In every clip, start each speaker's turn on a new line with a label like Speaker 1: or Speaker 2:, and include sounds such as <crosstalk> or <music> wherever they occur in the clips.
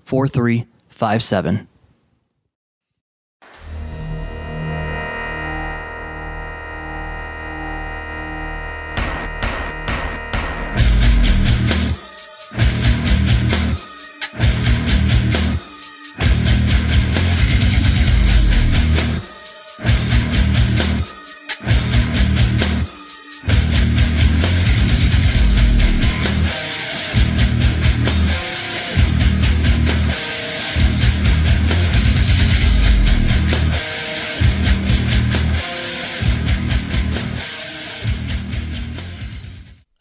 Speaker 1: 4357.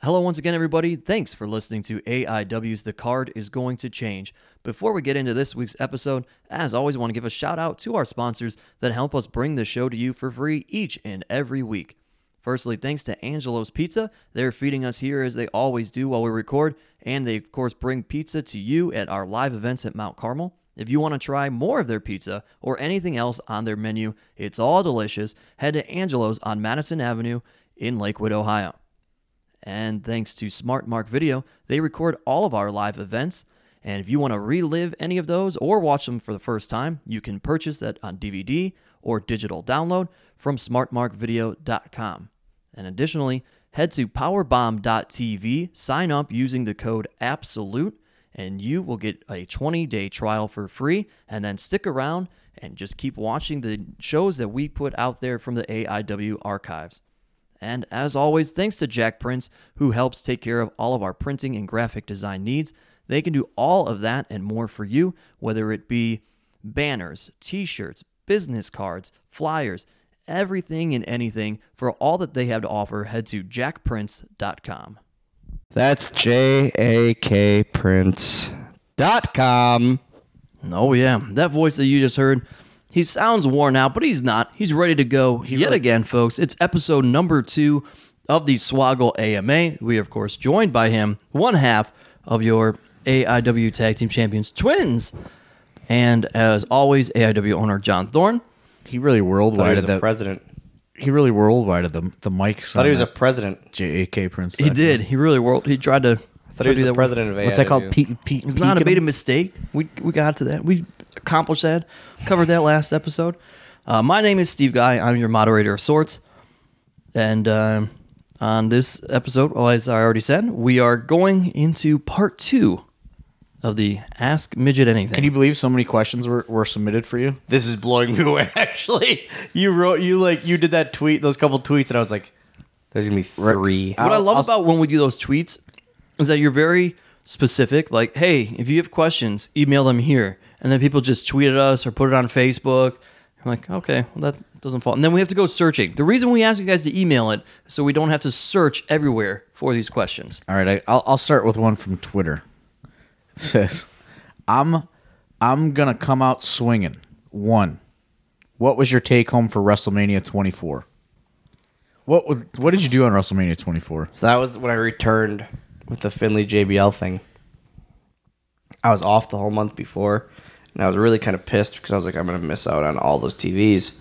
Speaker 1: Hello, once again, everybody. Thanks for listening to AIW's The Card is Going to Change. Before we get into this week's episode, as always, I want to give a shout out to our sponsors that help us bring the show to you for free each and every week. Firstly, thanks to Angelo's Pizza. They're feeding us here as they always do while we record, and they, of course, bring pizza to you at our live events at Mount Carmel. If you want to try more of their pizza or anything else on their menu, it's all delicious. Head to Angelo's on Madison Avenue in Lakewood, Ohio. And thanks to Smart Mark Video, they record all of our live events. And if you want to relive any of those or watch them for the first time, you can purchase that on DVD or digital download from smartmarkvideo.com. And additionally, head to powerbomb.tv, sign up using the code ABSOLUTE, E, and you will get a 20 day trial for free. And then stick around and just keep watching the shows that we put out there from the AIW archives. And as always, thanks to Jack Prince, who helps take care of all of our printing and graphic design needs. They can do all of that and more for you, whether it be banners, t shirts, business cards, flyers, everything and anything. For all that they have to offer, head to jackprince.com.
Speaker 2: That's jakprince.com.
Speaker 1: Oh, yeah. That voice that you just heard, he sounds worn out, but he's not. He's ready to go yet again, folks. It's episode number two of the Swaggle AMA. We, are, of course, joined by him, one half of your AIW Tag Team Champions, Twins. And as always, AIW owner John Thorne.
Speaker 3: He really
Speaker 4: Thought he
Speaker 3: worldwide
Speaker 4: was a
Speaker 3: that.
Speaker 4: president.
Speaker 3: he really worldwide the the mics.
Speaker 4: Thought
Speaker 3: on
Speaker 4: he was a
Speaker 3: that
Speaker 4: president.
Speaker 3: JAK Prince.
Speaker 1: He did. He really world. He tried to.
Speaker 4: Thought he was the president of AIW.
Speaker 3: What's that called? Pete. Pete.
Speaker 1: It's not a beta mistake. We we got to that. We accomplished that. Covered that last episode. Uh, my name is Steve Guy. I'm your moderator of sorts. And um, on this episode, well, as I already said, we are going into part two of the Ask Midget Anything.
Speaker 3: Can you believe so many questions were, were submitted for you?
Speaker 4: This is blowing me <laughs> away. Actually, you wrote you like you did that tweet, those couple tweets, and I was like, "There's gonna be three.
Speaker 1: what I
Speaker 3: I'll-
Speaker 1: love
Speaker 3: I'll-
Speaker 1: about when we do those tweets is that you're very specific. Like, hey, if you have questions, email them here, and then people just tweet at us or put it on Facebook. I'm like, okay, well that doesn't fall. And then we have to go searching. The reason we ask you guys to email it is so we don't have to search everywhere for these questions.
Speaker 3: All right, I, I'll I'll start with one from Twitter. It says, "I'm I'm gonna come out swinging." One, what was your take home for WrestleMania 24? What was, what did you do on WrestleMania 24?
Speaker 4: So that was when I returned with the Finley JBL thing. I was off the whole month before, and I was really kind of pissed because I was like, "I'm gonna miss out on all those TVs."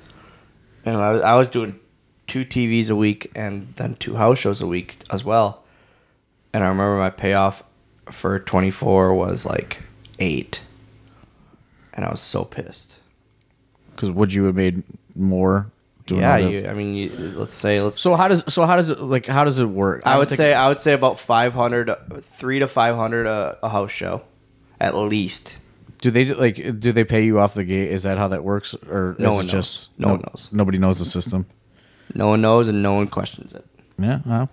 Speaker 4: And I was, I was doing two TVs a week and then two house shows a week as well. And I remember my payoff for 24 was like eight, and I was so pissed.
Speaker 3: Because would you have made more? Doing
Speaker 4: yeah,
Speaker 3: all that?
Speaker 4: you, I mean, you, let's say let's
Speaker 3: So how does so how does it like how does it work?
Speaker 4: I
Speaker 3: don't
Speaker 4: would
Speaker 3: think-
Speaker 4: say I would say about 500 3 to 500 a, a house show at least
Speaker 3: Do they like? Do they pay you off the gate? Is that how that works, or
Speaker 4: No
Speaker 3: is
Speaker 4: one
Speaker 3: it
Speaker 4: knows.
Speaker 3: just
Speaker 4: No one knows.
Speaker 3: Nobody knows
Speaker 4: <laughs>
Speaker 3: the system.
Speaker 4: No one knows and no one questions it.
Speaker 3: Yeah. well,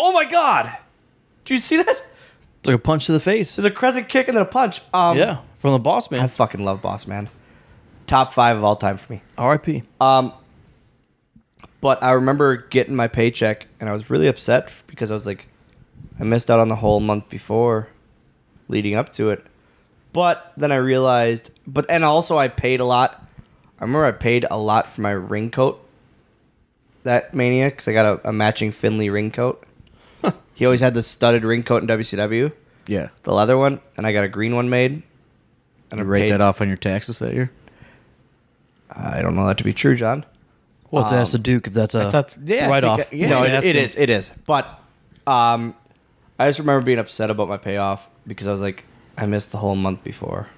Speaker 4: Oh my god! Did you see that?
Speaker 1: It's like a punch to the face.
Speaker 4: There's a crescent kick and then a punch. Um,
Speaker 1: Yeah, from the boss
Speaker 4: I
Speaker 1: man.
Speaker 4: fucking love Boss Man. Top five of all time for me.
Speaker 1: R.I.P.
Speaker 4: Um, but I remember getting my paycheck and I was really upset f- because I was like, I missed out on the whole month before leading up to it. But then I realized, but and also I paid a lot. I remember I paid a lot for my ring coat that mania because I got a, a matching Finley ring
Speaker 3: <laughs>
Speaker 4: coat. he always had the studded ring coat in WCW,
Speaker 3: Yeah.
Speaker 4: the leather one, and I got a green one made. And
Speaker 3: You write
Speaker 4: paid-
Speaker 3: that off on your taxes that year.
Speaker 4: I don't know that to be true, John.
Speaker 1: We'll have to ask the Duke if that's a
Speaker 3: thought- yeah, I
Speaker 1: right
Speaker 3: think
Speaker 1: off.
Speaker 3: I- yeah.
Speaker 4: no,
Speaker 1: We
Speaker 4: it-
Speaker 1: can ask
Speaker 4: it
Speaker 1: him.
Speaker 4: is. It is. But um, I just remember being upset about my payoff because I was like, I missed the whole month before.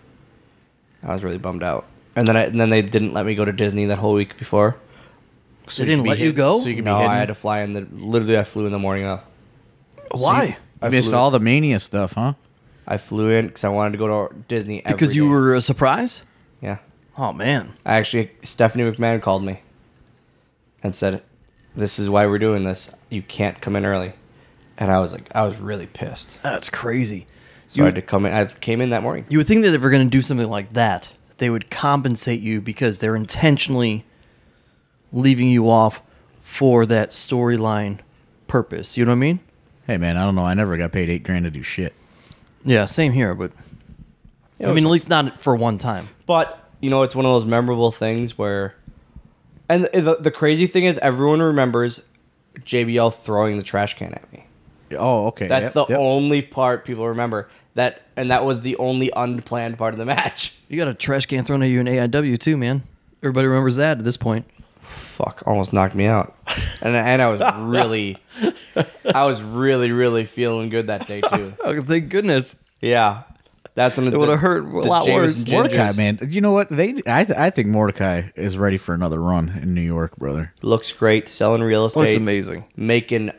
Speaker 4: I was really bummed out. And then I, and then they didn't let me go to Disney that whole week before.
Speaker 3: So
Speaker 1: They didn't
Speaker 3: could be
Speaker 1: let you
Speaker 3: hidden-
Speaker 1: go?
Speaker 3: So you could
Speaker 4: no,
Speaker 3: be hidden.
Speaker 4: I had to fly in the literally I flew in the morning of.
Speaker 1: Why?
Speaker 4: I
Speaker 3: You missed
Speaker 4: flew-
Speaker 3: all the mania stuff, huh?
Speaker 4: I flew in because I wanted to go to Disney every
Speaker 1: because you
Speaker 4: day.
Speaker 1: were a surprise.
Speaker 4: yeah.
Speaker 1: Oh man,
Speaker 4: I actually Stephanie McMahon called me and said, "This is why we're doing this. You can't come in early." And I was like, I was really pissed.
Speaker 1: that's crazy.
Speaker 4: So I had to come in. I came in that morning.
Speaker 1: You would think that if we're going to do something like that, they would compensate you because they're intentionally leaving you off for that storyline purpose. You know what I mean?
Speaker 3: Hey man, I don't know. I never got paid eight grand to do shit.
Speaker 1: Yeah, same here, but I mean, at least not for one time.
Speaker 4: But you know, it's one of those memorable things where, and the, the, the crazy thing is, everyone remembers JBL throwing the trash can at me.
Speaker 3: Oh, okay.
Speaker 4: That's
Speaker 3: Yep,
Speaker 4: the
Speaker 3: yep.
Speaker 4: only part people remember. That and that was the only unplanned part of the match.
Speaker 1: You got a trash can thrown at you in AIW too, man. Everybody remembers that at this point.
Speaker 4: Fuck! Almost knocked me out, and and I was really, I was really really feeling good that day too.
Speaker 1: Oh, thank goodness.
Speaker 4: Yeah, that's when it
Speaker 1: would've hurt a lot worse.
Speaker 3: Mordecai, man. You know what? They, I, th- I think Mordecai is ready for another run in New York, brother.
Speaker 4: looks great, selling real estate.
Speaker 1: Looks amazing.
Speaker 4: making,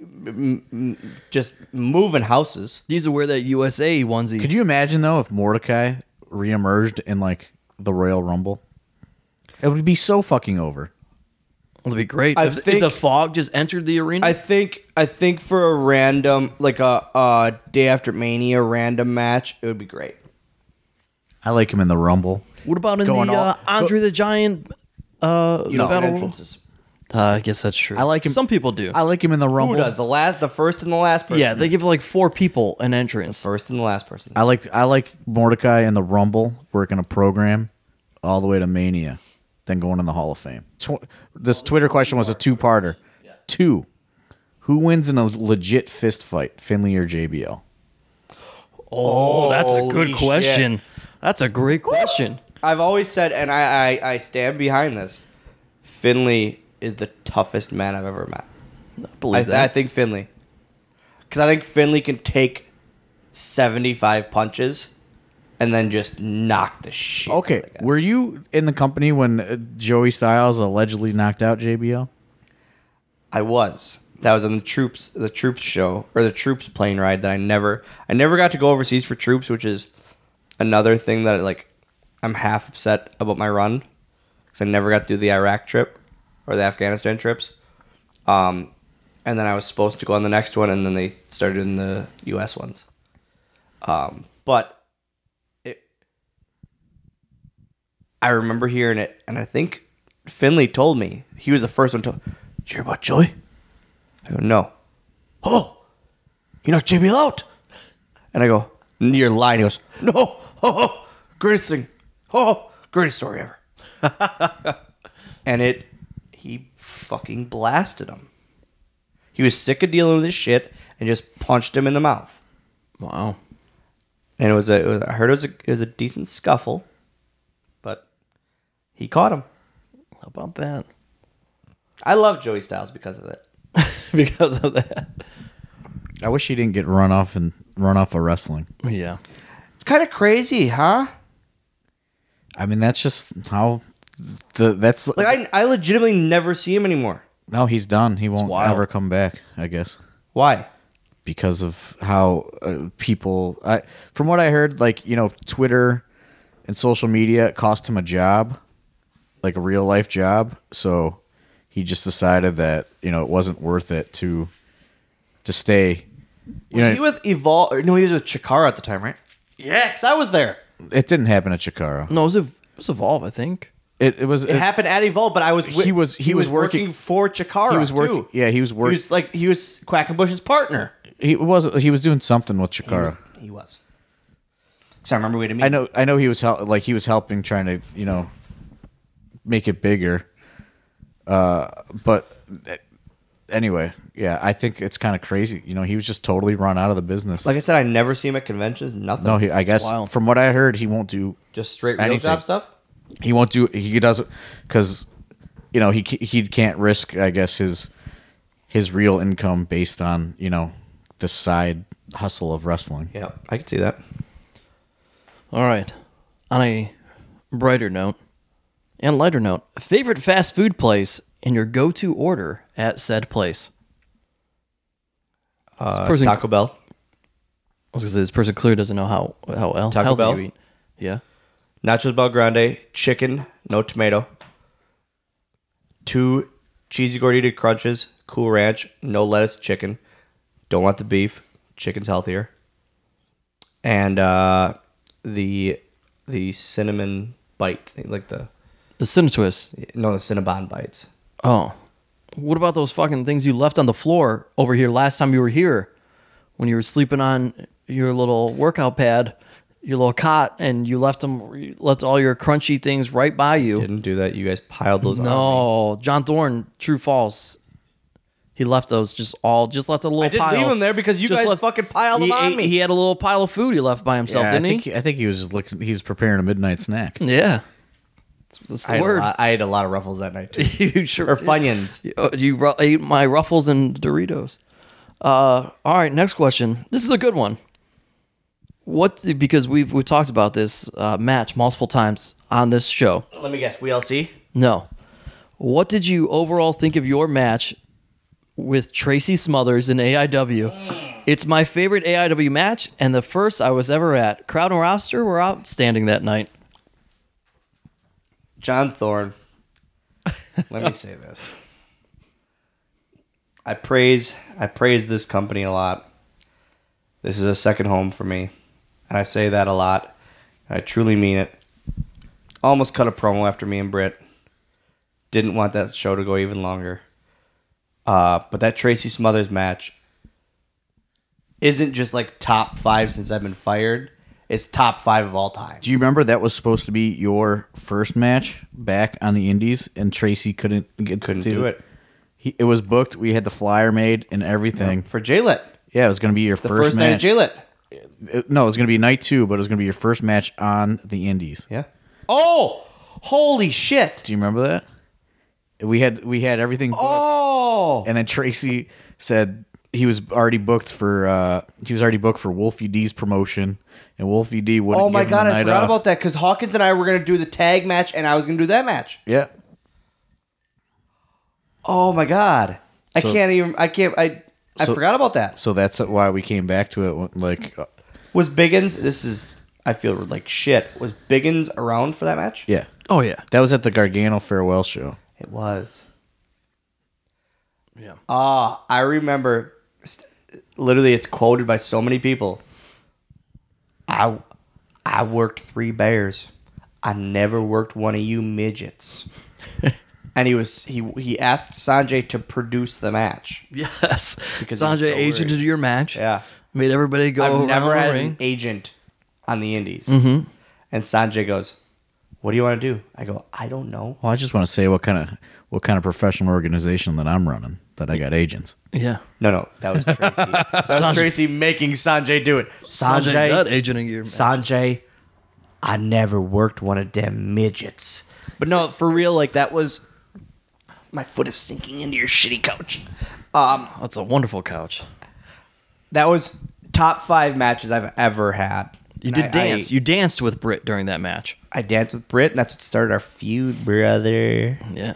Speaker 4: m- m- just moving houses.
Speaker 1: Needs to wear that USA onesie.
Speaker 3: Could you imagine though if Mordecai reemerged in like the Royal Rumble? It would be so fucking over.
Speaker 1: That'd be great.
Speaker 4: I
Speaker 1: if, if
Speaker 4: think-
Speaker 1: the fog just entered the arena,
Speaker 4: I think I think for a random like a, a day after Mania random match, it would be great.
Speaker 3: I like him in the Rumble.
Speaker 1: what about in the
Speaker 3: Going all-
Speaker 1: uh, Andre the Giant uh,
Speaker 4: You know,
Speaker 1: battle royal?
Speaker 4: entrances.
Speaker 1: Uh, I guess that's true. I
Speaker 3: like him-
Speaker 1: Some people do.
Speaker 3: I like him in the Rumble.
Speaker 4: Who does the last, the first and the last person?
Speaker 1: yeah, they give like four people an entrance.
Speaker 4: first and the last person.
Speaker 3: I like I like Mordecai in the Rumble working a program all the way to Mania, then going in the Hall of Fame. Tw- this Twitter question was a two-parter. Two. Who wins in a legit fist fight, Finley or JBL?
Speaker 1: Oh, that's a
Speaker 4: Holy
Speaker 1: good
Speaker 4: shit.
Speaker 1: question. That's a great question.
Speaker 4: I've always said, and I, I I stand behind this. Finley is the toughest man I've ever met.
Speaker 1: I
Speaker 4: I,
Speaker 1: believe
Speaker 4: th- I think Finley, because I think Finley can take seventy five punches, and then just knock the shit. out of
Speaker 3: Okay,
Speaker 4: the guy.
Speaker 3: were you in the company when uh, Joey Styles allegedly knocked out JBL?
Speaker 4: I was. That was on the troops, the troops show or the troops plane ride that I never, I never got to go overseas for troops, which is another thing that like I'm half upset about my run because I never got to do the Iraq trip or the Afghanistan trips. Um, and then I was supposed to go on the next one, and then they started in the U.S. ones. Um, but it, I remember hearing it, and I think Finley told me he was the first one to. Did you hear about Joey? I go, no. Oh, you knocked JBL out. And I go, you're lying. He goes, no. <laughs> Oh, oh, greatest thing. Oh, greatest story ever. and it, he fucking blasted him. He was sick of dealing with this shit and just punched him in the mouth.
Speaker 1: Wow.
Speaker 4: And it was a, it was, I heard it was a, it was a decent scuffle, but he caught him.
Speaker 1: How about that? <laughs>
Speaker 4: I love Joey Styles because of it.
Speaker 1: because of that.
Speaker 3: I wish he didn't get run off and run off of wrestling.
Speaker 1: Yeah.
Speaker 4: It's kind of crazy, huh?
Speaker 3: I mean, that's just how the that's
Speaker 4: Like I, I legitimately never see him anymore.
Speaker 3: no, he's done. He won't
Speaker 1: wild.
Speaker 3: ever come back. I guess
Speaker 4: Why?
Speaker 3: because of how uh, people. I, from what I heard, like you know, Twitter and social media it cost him a job, like a real life job. So he just decided that you know it wasn't worth it to to stay. You
Speaker 4: Was
Speaker 3: know,
Speaker 4: he with Evolve? Or, no, he was with Chikara at the time, right? Yeah, because I was there.
Speaker 3: it didn't happen at Chikara.
Speaker 1: No, it was, Ev- it was Evolve, I think.
Speaker 3: It, it was
Speaker 4: It,
Speaker 3: it-
Speaker 4: happened at Evolve, but I was with,
Speaker 3: He was- he was working-
Speaker 4: for Chikara.
Speaker 3: he was working.
Speaker 4: too.
Speaker 3: Yeah, he was
Speaker 4: He
Speaker 3: working.
Speaker 4: was like he was Quackenbush's partner.
Speaker 3: He was he was doing something with Chikara.
Speaker 4: He was. So I remember we had a meeting.
Speaker 3: I know I know he was hel- like he was helping trying to you know make it bigger. Uh, but eh, anyway, yeah, I think it's kind of crazy. You know, he was just totally run out of the business.
Speaker 4: Like I said, I never see him at conventions. Nothing.
Speaker 3: no, he, I guess
Speaker 1: wild.
Speaker 3: from what I heard, he won't do
Speaker 4: just straight real
Speaker 3: Anything.
Speaker 4: job stuff.
Speaker 3: he won't do he doesn't because you know he ca- he can't risk I guess his his real income based on you know the side hustle of wrestling.
Speaker 4: Yeah, I could see that.
Speaker 1: All right. On a brighter note and lighter note, favorite fast food place and your go to order at said place.
Speaker 4: Uh,
Speaker 1: person-
Speaker 4: Taco Bell,
Speaker 1: I was gonna say this person clearly doesn't know how how el-
Speaker 4: Taco
Speaker 1: healthy
Speaker 4: Bell?
Speaker 1: you eat. Yeah,
Speaker 4: Nachos Bel Grande, chicken, no tomato. Two cheesy gordita crunches, Cool Ranch, no lettuce, chicken. Don't want the beef. Chicken's healthier. And uh, the the cinnamon bite thing, like the
Speaker 1: the cinnamon twist.
Speaker 4: no the cinnabon bites.
Speaker 1: Oh, what about those fucking things you left on the floor over here last time you were here, when you were sleeping on your little workout pad, your little cot, and you left them you left all your crunchy things right by you.
Speaker 4: Didn't do that. You guys piled those. on me.
Speaker 1: no, John Thorne, true false. He left those just all just left a little. I
Speaker 4: didn't
Speaker 1: pile.
Speaker 4: leave them there because you
Speaker 1: Just
Speaker 4: guys fucking piled them
Speaker 1: He
Speaker 4: on
Speaker 1: ate-
Speaker 4: me.
Speaker 1: He had a little pile of food he left by himself,
Speaker 3: I
Speaker 1: didn't
Speaker 3: think
Speaker 1: he?
Speaker 3: I think he was just looking. He's preparing a midnight snack.
Speaker 1: Yeah, that's, that's the
Speaker 4: I had, a
Speaker 1: word.
Speaker 4: lot, I ate a lot of ruffles that night
Speaker 1: <laughs>
Speaker 4: too. <laughs>
Speaker 1: you sure
Speaker 4: or Funyuns.
Speaker 1: You, Oh, you ru- ate my ruffles and Doritos. Uh, all right, next question. This is a good one. What because we've we talked about this uh, match multiple times on this show.
Speaker 4: Let me guess. WLC.
Speaker 1: No, what did you overall think of your match with Tracy Smothers in AIW? It's my favorite AIW match and the first I was ever at. Crowd and roster were outstanding that night.
Speaker 4: John Thorne. Let me say this. I praise I praise this company a lot. This is a second home for me. And I say that a lot. And I truly mean it. Almost cut a promo after me and Britt. Didn't want that show to go even longer. Uh, but that Tracy Smothers match isn't just like top five since I've been fired. It's top five of all time.
Speaker 3: Do you remember that was supposed to be your first match back on the Indies, and Tracy couldn't get,
Speaker 4: Couldn't do it.
Speaker 3: He, it was booked. We had the flyer made and everything.
Speaker 4: For J-Lit.
Speaker 3: Yeah, it was going to be your
Speaker 4: The first,
Speaker 3: first,
Speaker 4: night of
Speaker 3: match.
Speaker 4: J-Lit.
Speaker 3: It- no, it was going to be night two, but it was going to be your first match on the Indies.
Speaker 4: Yeah. Oh, holy shit.
Speaker 3: Do you remember that? We had we had everything booked,
Speaker 4: Oh,
Speaker 3: and then Tracy said he was already booked for uh, he was already booked for Wolfie D's promotion, and Wolfie D wouldn't.
Speaker 4: oh my
Speaker 3: give him the
Speaker 4: god, I
Speaker 3: night
Speaker 4: forgot
Speaker 3: off.
Speaker 4: about that because Hawkins and I were gonna do the tag match, and I was gonna do that match.
Speaker 3: Yeah,
Speaker 4: Oh my god, I
Speaker 3: So-
Speaker 4: can't even. I can't. I I
Speaker 3: So-
Speaker 4: forgot about that.
Speaker 3: so that's why we came back to it. when, Like, uh,
Speaker 4: Was Biggins? This is. I feel like shit. Was Biggins around for that match?
Speaker 3: yeah.
Speaker 1: Oh yeah,
Speaker 3: That was at the Gargano farewell show.
Speaker 4: It was.
Speaker 1: Yeah.
Speaker 4: Ah, I remember. st- Literally, it's quoted by so many people. I, I worked three bears. I never worked one of you
Speaker 1: <laughs>
Speaker 4: midgets. and he was he he asked Sanjay to produce the match.
Speaker 1: yes.
Speaker 4: Because he was
Speaker 1: Sanjay
Speaker 4: so
Speaker 1: agented
Speaker 4: worried.
Speaker 1: your match.
Speaker 4: Yeah,
Speaker 1: Made everybody go
Speaker 4: I've
Speaker 1: around
Speaker 4: never
Speaker 1: the
Speaker 4: had
Speaker 1: ring.
Speaker 4: an agent on the Indies. Mm-hmm. And Sanjay goes, "What do you want to do?" I go, "I don't know."
Speaker 3: Well, I just want to say what kind of what kind of professional organization that I'm running. That I got agents.
Speaker 1: Yeah.
Speaker 4: No, no,
Speaker 1: <laughs>
Speaker 4: that was Tracy. that was Tracy making Sanjay do it. Sanjay,
Speaker 1: Sanjay Dutt agenting your match.
Speaker 4: Sanjay, I never worked one of them midgets. But no, for real, like that was my foot is sinking into your shitty couch. Um,
Speaker 1: That's a wonderful couch.
Speaker 4: that was top five matches I've ever had.
Speaker 1: You
Speaker 4: And
Speaker 1: did
Speaker 4: I-
Speaker 1: dance.
Speaker 4: I,
Speaker 1: you danced with Britt during that match.
Speaker 4: I danced with Britt, and that's what started our feud, brother.
Speaker 1: Yeah.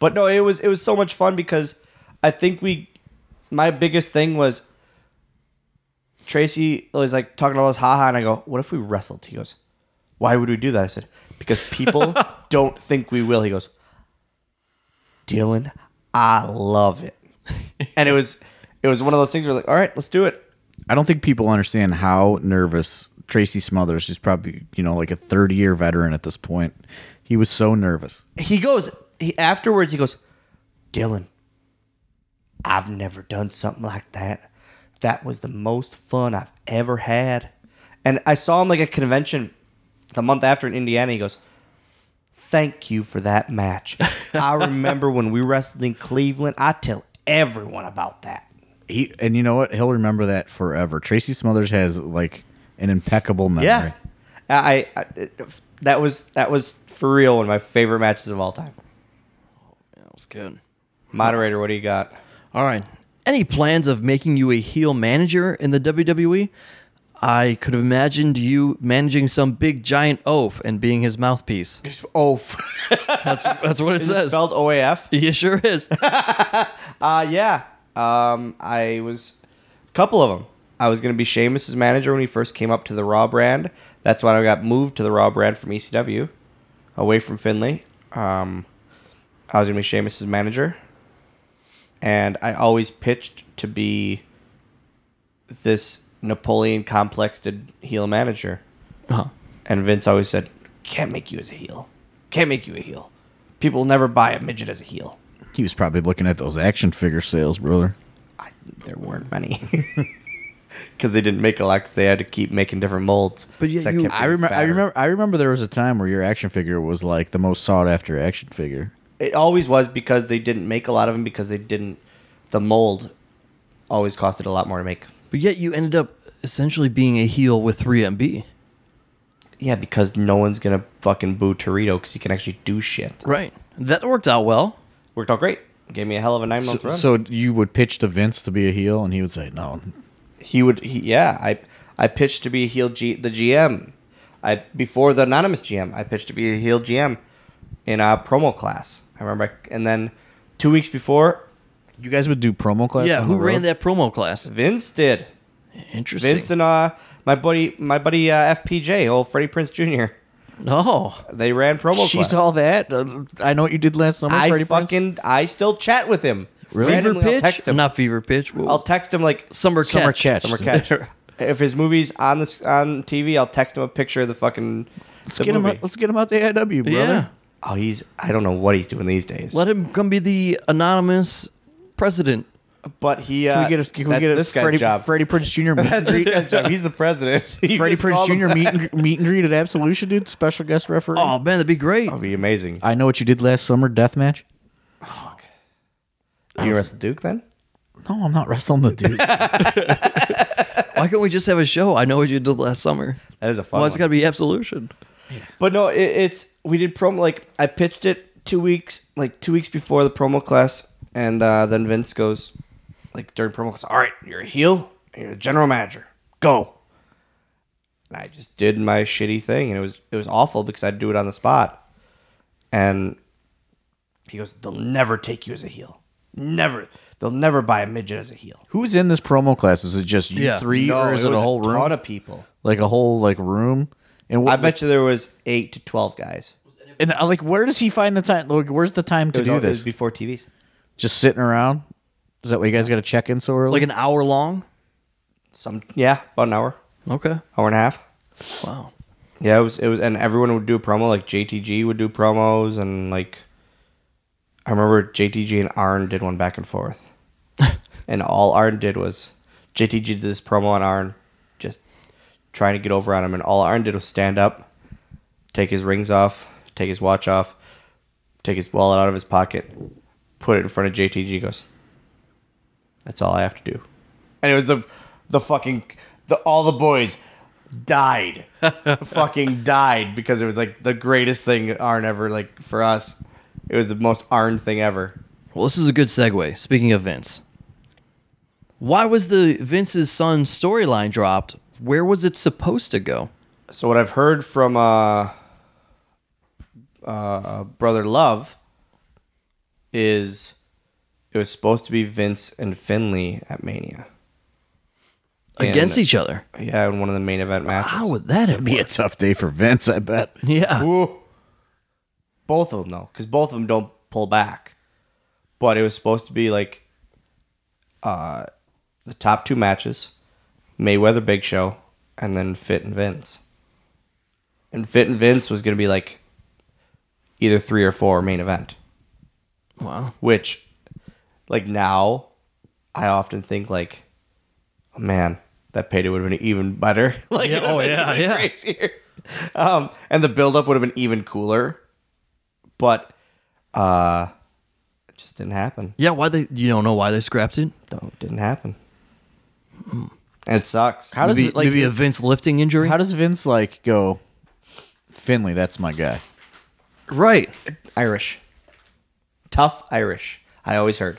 Speaker 4: But no, it was it was so much fun because I think we my biggest thing was Tracy was like talking all this haha, and I go, "What if we wrestled?" He goes, "Why would we do that?" I said, "Because people don't think we will." He goes, "Dylan, I love it," and it was it was one of those things where like, "All right, let's do it."
Speaker 3: I don't think people understand how nervous Tracy Smothers, who's probably, you know, like a 30 year veteran at this point, he was so nervous.
Speaker 4: He goes he, afterwards. He goes, "Dylan, I've never done something like that. That was the most fun I've ever had. And I saw him like at a convention the month after in Indiana. He goes, Thank you for that match. I remember when we wrestled in Cleveland. I tell everyone about that.
Speaker 3: He And you know what? He'll remember that forever. Tracy Smothers has like an impeccable memory.
Speaker 4: Yeah. I, I, it- that was that was for real one of my favorite matches of all time.
Speaker 1: That was good.
Speaker 4: Moderator, what do you got?
Speaker 1: All right. Any plans of making you a heel manager in the WWE? I could have imagined you managing some big giant oaf and being his mouthpiece.
Speaker 4: Oh,
Speaker 1: <laughs> That's that's what it
Speaker 4: is it
Speaker 1: <laughs> says.
Speaker 4: spelled OAF?
Speaker 1: He sure is.
Speaker 4: Uh, yeah. Um, I was a couple of them. I was going to be Sheamus's manager when he first came up to the Raw brand. That's when I got moved to the Raw brand from ECW, away from Finley. Um, I was going to be Sheamus's manager, and I always pitched to be this Napoleon complexed heel manager.
Speaker 1: <laughs> Huh.
Speaker 4: And Vince always said, "Can't make you as a heel. Can't make you a heel. People will never buy a midget as a heel."
Speaker 3: He was probably looking at those action figure sales, brother.
Speaker 4: I, there weren't many <laughs> because they didn't make a lot. 'cause they had to keep making different molds.
Speaker 1: But yet
Speaker 4: So that
Speaker 1: you-
Speaker 4: kept
Speaker 3: I
Speaker 4: getting
Speaker 3: remember. I
Speaker 4: fatter.
Speaker 3: remember. I remember there was a time where your action figure was like the most sought after action figure.
Speaker 4: It always was because they didn't make a lot of them because they didn't. The mold always costed a lot more to make.
Speaker 1: But yet you ended up essentially being a heel with 3MB.
Speaker 4: Yeah, because no one's gonna fucking boo Torito because he can actually do shit.
Speaker 1: Right. That worked out well.
Speaker 4: Worked out great. Gave me a hell of a nine
Speaker 3: So,
Speaker 4: month run.
Speaker 3: so you would pitch to Vince to be a heel, and he would say, "No,
Speaker 4: he would he, yeah i i pitched to be a heel G, the gm i before the anonymous gm i pitched to be a heel gm in a promo class i remember and then two weeks before
Speaker 3: you guys would do promo class."
Speaker 1: yeah,
Speaker 3: on
Speaker 1: who
Speaker 3: the
Speaker 1: ran
Speaker 3: road?
Speaker 1: that promo class?
Speaker 4: vince did
Speaker 1: Interesting.
Speaker 4: vince and uh my buddy my buddy uh, fpj old freddie prince jr
Speaker 1: oh,
Speaker 4: they ran promo
Speaker 3: She's
Speaker 4: class
Speaker 3: all that. Uh, I know what you did last summer.
Speaker 4: i
Speaker 3: Freddie Prinze.
Speaker 4: fucking i still chat with him
Speaker 3: Really?
Speaker 1: fever
Speaker 4: Randomly,
Speaker 1: pitch?
Speaker 4: I'll text him
Speaker 1: Not fever pitch. What
Speaker 4: i'll
Speaker 1: was-
Speaker 4: text him like
Speaker 1: summer catch.
Speaker 3: Summer catch. <laughs>
Speaker 4: summer
Speaker 1: <laughs>
Speaker 4: catch if his movie's on this on tv i'll text him a picture of the fucking
Speaker 3: Let's get him. Out, let's get him out the AIW, brother.
Speaker 1: Yeah.
Speaker 4: Oh, he's I don't know what he's doing these days.
Speaker 1: Let him come be the anonymous president.
Speaker 4: But he uh,
Speaker 3: Can we get a, can we
Speaker 4: that's
Speaker 3: get a
Speaker 4: this guy's
Speaker 3: Freddie,
Speaker 4: job.
Speaker 3: Freddie Prince Jr. meet and
Speaker 4: <laughs> That's this
Speaker 3: greet?
Speaker 4: guy's job. He's the president. <laughs> He
Speaker 3: Freddie
Speaker 4: just
Speaker 3: Prince
Speaker 4: called him
Speaker 3: Jr.
Speaker 4: that.
Speaker 3: Meet and, meet and greet at Absolution, dude. Special guest referee.
Speaker 1: Oh man, that'd be great.
Speaker 4: That'd be amazing.
Speaker 3: I know what you did last summer. Death match.
Speaker 4: you arrested Duke then?
Speaker 3: No, I'm not wrestling the
Speaker 4: <laughs>
Speaker 3: dude.
Speaker 1: Why can't we just have a show? I know what you did last summer.
Speaker 4: That is a fun.
Speaker 1: Why it's
Speaker 4: one.
Speaker 1: got to be absolution?
Speaker 4: But no, it, it's we did promo like I pitched it two weeks like two weeks before the promo class, and uh, then Vince goes like during promo class, all right, you're a heel, and you're a general manager, go. And I just did my shitty thing, and it was it was awful because I'd do it on the spot, and he goes, they'll never take you as a heel, never. They'll never buy a midget as a heel.
Speaker 3: Who's in this promo class? Is it just you
Speaker 1: Yeah.
Speaker 3: three, or is it, a whole room?
Speaker 4: ton of people.
Speaker 3: like a whole like room? And what,
Speaker 4: I bet you there was eight to twelve guys.
Speaker 3: And uh, like, where does he find the time? Like, where's the time
Speaker 4: It
Speaker 3: to
Speaker 4: was
Speaker 3: do
Speaker 4: all- it was
Speaker 3: this?
Speaker 4: before TVs.
Speaker 3: Just sitting around? Is that why you guys got to check in so early?
Speaker 1: Like an hour long?
Speaker 4: Some yeah, about an hour.
Speaker 1: Okay.
Speaker 4: hour and a half.
Speaker 1: Wow.
Speaker 4: Yeah, it was it was, and everyone would do a promo. Like JTG would do promos, and like I remember JTG and Arn did one back and forth, and all Arn did was JTG did this promo on Arn, just trying to get over on him, and all Arn did was stand up, take his rings off, take his watch off, take his wallet out of his pocket, put it in front of JTG. Goes, that's all I have to do, and it was the the fucking the all the boys died, fucking died because it was like the greatest thing Arn ever like for us. It was the most Arn thing ever.
Speaker 1: Well, this is a good segue. Speaking of Vince, why was the Vince's son storyline dropped? Where was it supposed to go?
Speaker 4: so what I've heard from uh, uh, brother Love is it was supposed to be Vince and Finley at Mania,
Speaker 1: against each other.
Speaker 4: Yeah, in one of the main event matches.
Speaker 1: How would that have
Speaker 3: Be a
Speaker 1: been?
Speaker 3: tough day for Vince, I bet.
Speaker 1: <laughs> Yeah.
Speaker 4: Ooh. Both of them though, because both of them don't pull back. But it was supposed to be like uh the top two matches, Mayweather Big Show, and then Fit and Vince. And Fit and Vince was gonna be like either three or four main event.
Speaker 1: <laughs> Wow.
Speaker 4: Which like now I often think like oh, man, that payday would have been even better. <laughs> like
Speaker 1: Yeah,
Speaker 4: it would've
Speaker 1: oh,
Speaker 4: been
Speaker 1: yeah,
Speaker 4: even
Speaker 1: yeah.
Speaker 4: crazier. Um and the build up would have been even cooler. But uh it just didn't happen.
Speaker 1: Yeah. Why they? You don't know why they scrapped it?
Speaker 4: No, it didn't happen. And it sucks.
Speaker 3: How does
Speaker 1: Maybe,
Speaker 3: it like?
Speaker 1: maybe a Vince lifting injury?
Speaker 3: how does Vince like go? Finley, that's my guy.
Speaker 1: right.
Speaker 4: Irish. Tough Irish. I always heard.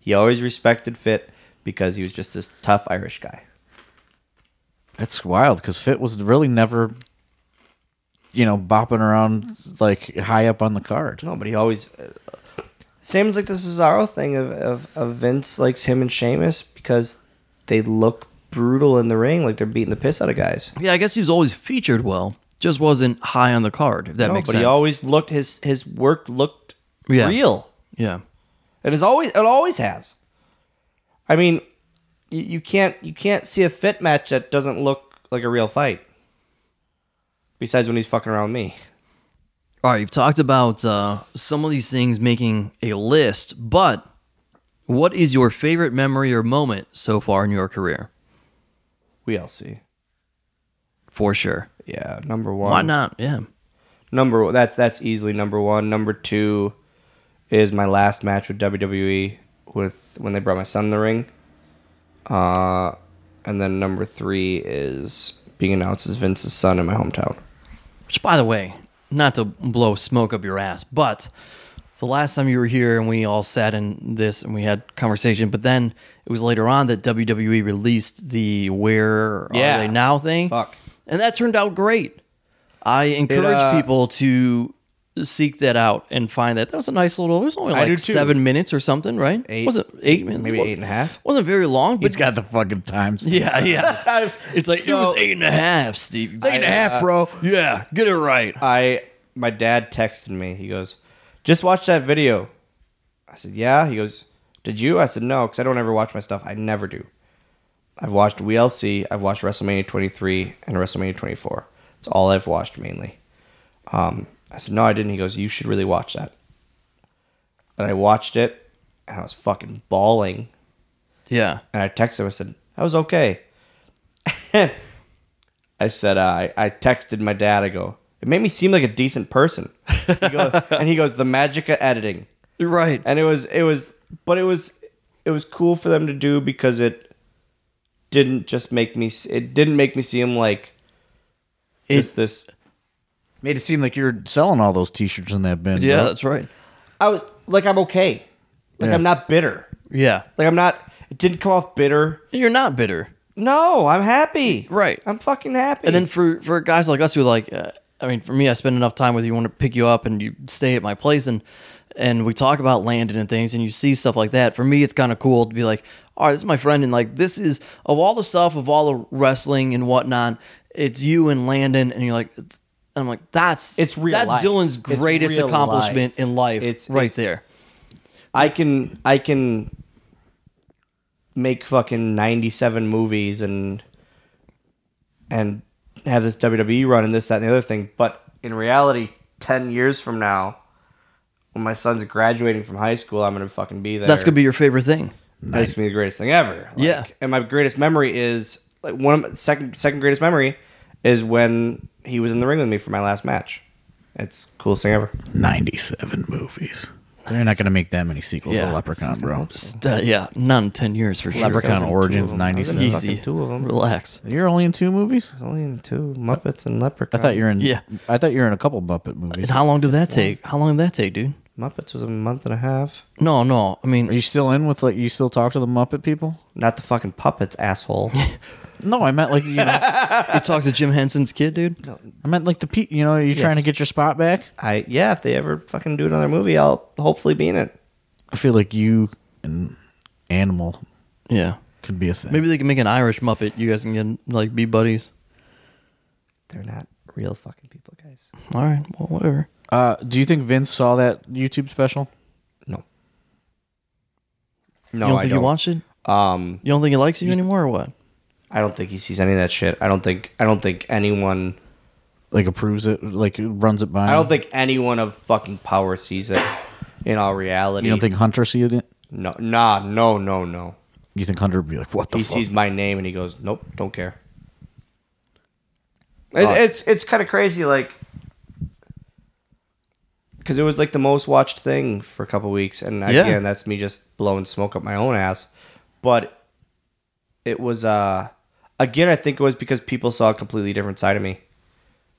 Speaker 4: He always respected Fit because he was just this tough Irish guy.
Speaker 3: That's wild because Fit was really never, you know, bopping around like high up on the card.
Speaker 4: No, but he always. uh, Same as like the Cesaro thing of, of, of Vince likes him and Sheamus because they look brutal in the ring, like they're beating the piss out of guys.
Speaker 1: Yeah. I guess he was always featured well, just wasn't high on the card. If that
Speaker 4: No,
Speaker 1: makes
Speaker 4: but
Speaker 1: sense.
Speaker 4: he always looked his his work looked
Speaker 1: Yeah.
Speaker 4: real.
Speaker 1: yeah.
Speaker 4: It is always it always has. I mean, you, you can't you can't see a fit match that doesn't look like a real fight. Besides when he's fucking around with me.
Speaker 1: All right, you've talked about uh, some of these things making a list, but what is your favorite memory or moment so far in your career?
Speaker 4: We all see.
Speaker 1: For sure.
Speaker 4: Yeah, number one.
Speaker 3: Um,
Speaker 1: Why not? Yeah.
Speaker 4: number one- that's that's easily number one. Number two is my last match with WWE with when they brought my son in the ring. Uh, and then number three is being announced as Vince's son in my hometown.
Speaker 1: Which, by the way, not to blow smoke up your ass, but the last time you were here and we all sat in this and we had conversation, but then it was later on that WWE released the "Where
Speaker 4: Yeah.
Speaker 1: Are They Now" thing,
Speaker 4: Fuck.
Speaker 1: and that turned out great. I encourage
Speaker 4: uh,
Speaker 1: people to seek that out and find that. That was a nice little. It was only
Speaker 4: I do
Speaker 1: like
Speaker 4: too.
Speaker 1: seven minutes or something, right?
Speaker 4: Eight.
Speaker 1: was it eight minutes?
Speaker 4: Maybe
Speaker 1: Wa-
Speaker 4: eight and a half.
Speaker 1: Wasn't very long, but
Speaker 3: He's got the fucking
Speaker 1: <laughs>
Speaker 3: times.
Speaker 1: yeah,
Speaker 4: <laughs>
Speaker 1: yeah. it's like it was
Speaker 4: so- uh,
Speaker 1: eight and a half, Steve. It's eight and a half,
Speaker 3: bro.
Speaker 1: Yeah, get it right.
Speaker 4: I my dad texted me. He goes, "Just watch that video." I said, "Yeah." He goes, "Did you?" I said, "No, because I don't ever watch my stuff. I never do. I've watched WLC. I've watched WrestleMania 23 and WrestleMania 24. It's all I've watched mainly." Um, I said, "No, I didn't." He goes, "You should really watch that." And I watched it, and I was fucking bawling.
Speaker 1: Yeah.
Speaker 4: And I texted him. I said, I was okay. <laughs> I said, uh, I, I texted my dad. I go, it made me seem like a decent person. He
Speaker 1: <laughs>
Speaker 4: goes, and he goes, the magic of editing.
Speaker 1: You're right.
Speaker 4: And it was, it was, but it was, it was cool for them to do because it didn't just make me, s- it didn't make me seem like it's this.
Speaker 3: Made it seem like you're selling all those T-shirts in that bin.
Speaker 1: Yeah,
Speaker 3: bro.
Speaker 1: that's right.
Speaker 4: I was like, I'm okay. Like,
Speaker 3: Yeah.
Speaker 4: I'm not bitter.
Speaker 1: Yeah.
Speaker 4: Like, I'm not, it didn't come off bitter.
Speaker 1: You're not bitter.
Speaker 4: No, I'm happy.
Speaker 1: Right.
Speaker 4: I'm fucking happy.
Speaker 1: And then for for guys like us who like uh, I mean for me I spend enough time with you want to pick you up and you stay at my place and and we talk about Landon and things and you see stuff like that. For me it's kind of cool to be like, "All right, this is my friend and like this is of all the stuff of all the wrestling and whatnot, it's you and Landon and you're like and I'm like that's
Speaker 4: It's real
Speaker 1: that's
Speaker 4: life.
Speaker 1: Dylan's
Speaker 4: It's
Speaker 1: greatest
Speaker 4: real
Speaker 1: accomplishment
Speaker 4: life.
Speaker 1: in life
Speaker 4: It's-
Speaker 1: right
Speaker 4: it's-
Speaker 1: there.
Speaker 4: I can I can make fucking ninety seven movies and and have this WWE run and this that and the other thing, but in reality, ten years from now, when my son's graduating from high school, I'm gonna fucking be there.
Speaker 1: That's going to be your favorite thing.
Speaker 4: that's gonna be the greatest thing ever. Like,
Speaker 1: Yeah.
Speaker 4: and my greatest memory is like one of my second second greatest memory is when he was in the ring with me for my last match. It's coolest thing ever.
Speaker 3: ninety-seven movies. They're not gonna make that many sequels
Speaker 1: Yeah.
Speaker 3: to Leprechaun, <laughs> bro.
Speaker 1: Just, uh, yeah, none in 10 years for sure.
Speaker 3: Leprechaun Origins
Speaker 4: Two of
Speaker 3: '97.
Speaker 4: them. Fucking two of them.
Speaker 1: Relax.
Speaker 3: You're only in two movies.
Speaker 4: Only in two Muppets and
Speaker 3: I
Speaker 4: Leprechaun.
Speaker 3: thought you were in.
Speaker 1: Yeah.
Speaker 3: I thought you were in a couple Muppet movies.
Speaker 1: And how long did that take? How long did that take, dude?
Speaker 4: Muppets was a month and a half.
Speaker 1: No, no. I
Speaker 3: Are
Speaker 1: mean,
Speaker 3: you still in with like? You still talk to the Muppet people?
Speaker 4: Not the fucking puppets, asshole.
Speaker 3: No, I meant like you <laughs> know.
Speaker 1: you talked to Jim Henson's kid, dude? No.
Speaker 3: I meant like the pe- You know, you're trying to get your spot back.
Speaker 4: <laughs> I yeah, if they ever fucking do another movie, I'll hopefully be in it.
Speaker 3: I feel like you and Animal
Speaker 1: Yeah.
Speaker 3: Could be a thing.
Speaker 1: Maybe they can make an Irish Muppet. You guys can get, like be buddies.
Speaker 4: They're not real fucking people, guys.
Speaker 1: All right. Well, whatever.
Speaker 3: Uh, do you think Vince saw that YouTube special?
Speaker 4: No.
Speaker 1: You
Speaker 4: No,
Speaker 1: don't
Speaker 4: I
Speaker 1: think
Speaker 4: don't.
Speaker 1: he watched it?
Speaker 4: Um,
Speaker 1: You don't think he likes you anymore, or what?
Speaker 4: I don't think he sees any of that shit. I don't think. I don't think anyone.
Speaker 3: Like approves it? Like runs it by?
Speaker 4: I don't
Speaker 3: him?
Speaker 4: think anyone of fucking power sees it. In all reality,
Speaker 3: You don't think Hunter sees it?
Speaker 4: No, nah, no, no, no.
Speaker 3: You think Hunter would be like, what the?
Speaker 4: he
Speaker 3: fuck?
Speaker 4: sees my name and he goes, "Nope, don't care." Uh, It, it's it's kind of crazy, like, because it was like the most watched thing for a couple weeks, and
Speaker 1: Yeah.
Speaker 4: again, that's me just blowing smoke up my own ass. But it was, uh, again, I think it was because people saw a completely different side of me,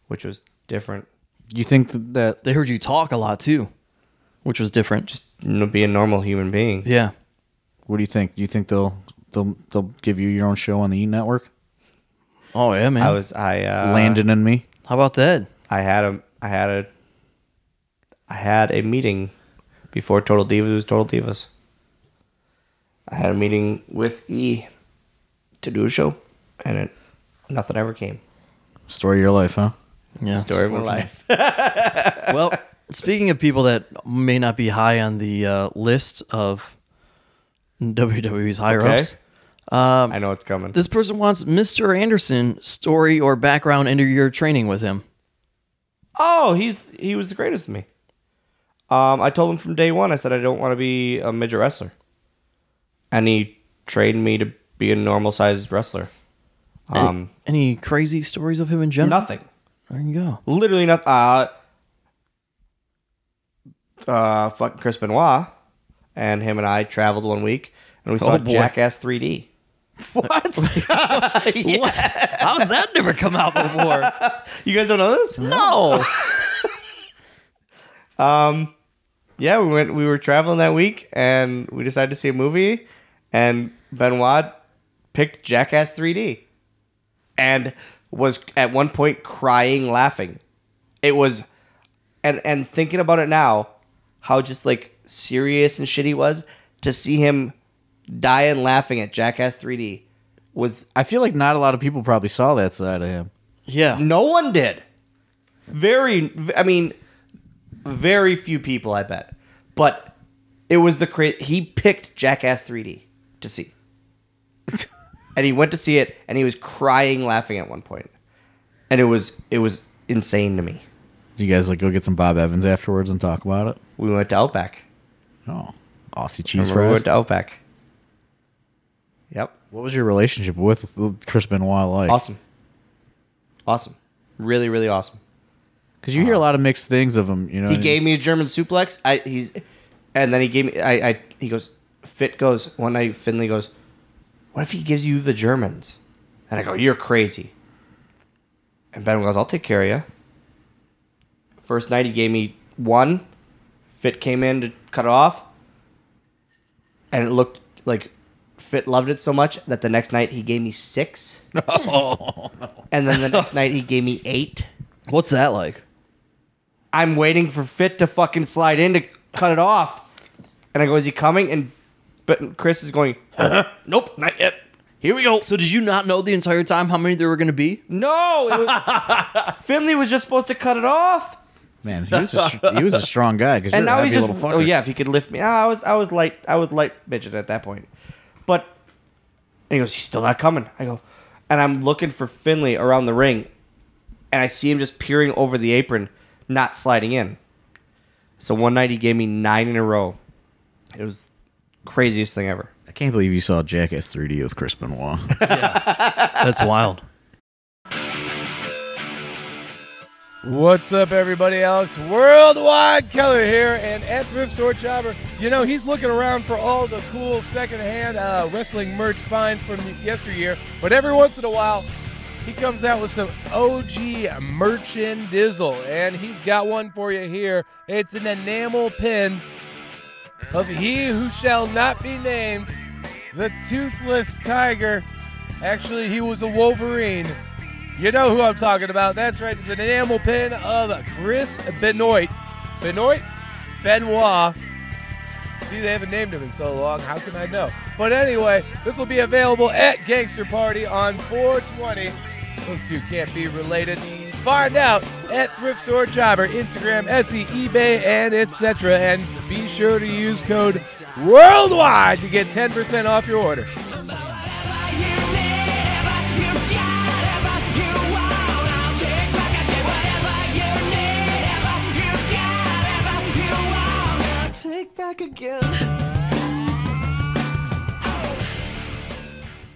Speaker 4: which was different.
Speaker 3: You think th- that?
Speaker 1: They heard you talk a lot too, which was different. Just
Speaker 4: You know, be a normal human being.
Speaker 1: yeah.
Speaker 3: What do you think? You think they'll they'll they'll give you your own show on the E Network?
Speaker 1: Oh yeah, man.
Speaker 4: I was, I uh,
Speaker 3: Landon and me.
Speaker 1: How about that?
Speaker 4: I had a I had a I had a meeting before Total Divas was Total Divas. I had a meeting with E to do a show, and it nothing ever came.
Speaker 3: Story of your life, huh?
Speaker 1: Yeah.
Speaker 4: Story of my life. <laughs>
Speaker 1: well, speaking of people that may not be high on the uh, list of WWE's higher
Speaker 4: Okay.
Speaker 1: ups, um,
Speaker 4: I know it's coming.
Speaker 1: this person wants Mr. Anderson story or background into your training with him.
Speaker 4: oh, he's he was the greatest to me. Um, I told him from day one. I said I don't want to be a midget wrestler, and he trained me to be a normal sized wrestler. Um,
Speaker 1: Any crazy stories of him in general?
Speaker 4: nothing.
Speaker 1: There you go.
Speaker 4: Literally nothing. Uh, uh, fucking Chris Benoit and him and I traveled one week and we saw
Speaker 1: Oh, boy.
Speaker 4: Jackass 3D.
Speaker 1: How's that never come out <laughs> before?
Speaker 4: <laughs> You guys don't know this?
Speaker 1: no.
Speaker 4: Yeah, we went. We were traveling that week and we decided to see a movie, and Benoit picked Jackass 3D, and was at one point crying, laughing. It was, and and thinking about it now, how just like serious and shit he was to see him dying laughing at Jackass 3D was
Speaker 3: I feel like not a lot of people probably saw that side of him.
Speaker 1: Yeah.
Speaker 4: no one did. Very, I mean, very few people, I bet. But it was the cra- he picked Jackass 3D to see, and he went to see it, and he was crying, laughing at one point, and it was it was insane to me.
Speaker 3: You guys like go get some Bob Evans afterwards and talk about it.
Speaker 4: We went to Outback.
Speaker 3: Oh, Aussie cheese
Speaker 4: Remember uh, we
Speaker 3: fries.
Speaker 4: went to Outback. Yep,
Speaker 3: What was your relationship with Chris Benoit like?
Speaker 4: awesome, awesome, really, really awesome.
Speaker 3: Because you hear a lot of mixed things of him. You know,
Speaker 4: Uh, He gave me a German suplex. I he's, and then he gave me. I, I he goes. Fit goes one night. Finley goes. What if he gives you the Germans? And I go, you're crazy. And Ben goes, I'll take care of you. First night he gave me one. Fit came in to cut it off, and it looked like Fit loved it so much that the next night he gave me six. And then the next night he gave me eight.
Speaker 1: What's that like?
Speaker 4: I'm waiting for Fit to fucking slide in to cut it off. And I go, is he coming? And but Chris is going, <laughs> nope, not yet. Here we go.
Speaker 1: So did you not know the entire time how many there were going to be?
Speaker 4: No, it was, <laughs> Finley was just supposed to cut it off,
Speaker 3: man, he was a, str- he was a strong guy.
Speaker 4: <laughs>
Speaker 3: Because
Speaker 4: and now he's just.
Speaker 3: little fucker.
Speaker 4: Oh yeah, if he could lift me, Ah, I was I was light I was light midget at that point, but and he goes, he's still not coming. I go, and I'm looking for Finley around the ring, and I see him just peering over the apron, not sliding in. So one night he gave me nine in a row. It was craziest thing ever.
Speaker 3: I can't believe you saw Jackass 3D with Chris Benoit.
Speaker 1: That's wild.
Speaker 5: What's up, everybody? Alex Worldwide Keller here, and at Thrift Store Chopper, you know, he's looking around for all the cool secondhand uh, wrestling merch finds from yesteryear, but every once in a while, he comes out with some OG merchandizzle, and he's got one for you here. It's an enamel pin of He Who Shall Not Be Named, the Toothless Tiger. Actually, he was a Wolverine. You know who I'm talking about. That's right. It's an enamel pin of Chris Benoit. Benoit? Benoit. See, they haven't named him in so long. How can I know? But anyway, this will be available at Gangster Party on 420. Those two can't be related. Find out at Thrift Store Jobber, Instagram, Etsy, eBay, and etc. And be sure to use code WORLDWIDE to get 10% off your order.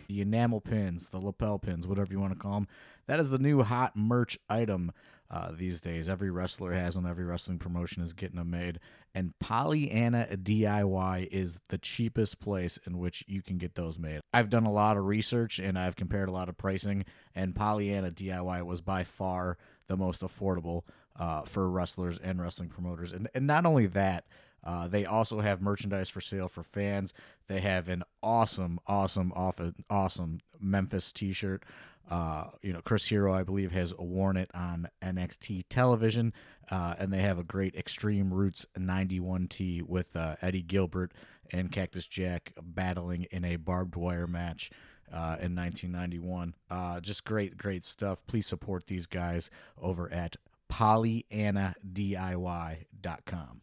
Speaker 3: the enamel pins, the lapel pins, whatever you want to call them. That is the new hot merch item uh, these days. Every wrestler has them. Every wrestling promotion is getting them made. And Pollyanna DIY is the cheapest place in which you can get those made. I've done a lot of research and I've compared a lot of pricing, and Pollyanna DIY was by far the most affordable uh, for wrestlers and wrestling promoters. And, and not only that, uh, they also have merchandise for sale for fans. They have an awesome, awesome, awesome, awesome Memphis T-shirt. Uh, you know, Chris Hero, I believe, has worn it on NXT television, uh, and they have a great Extreme Roots '91 tee with uh, Eddie Gilbert and Cactus Jack battling in a barbed wire match uh, in 1991. Uh, just great, great stuff. Please support these guys over at PollyannaDIY.com.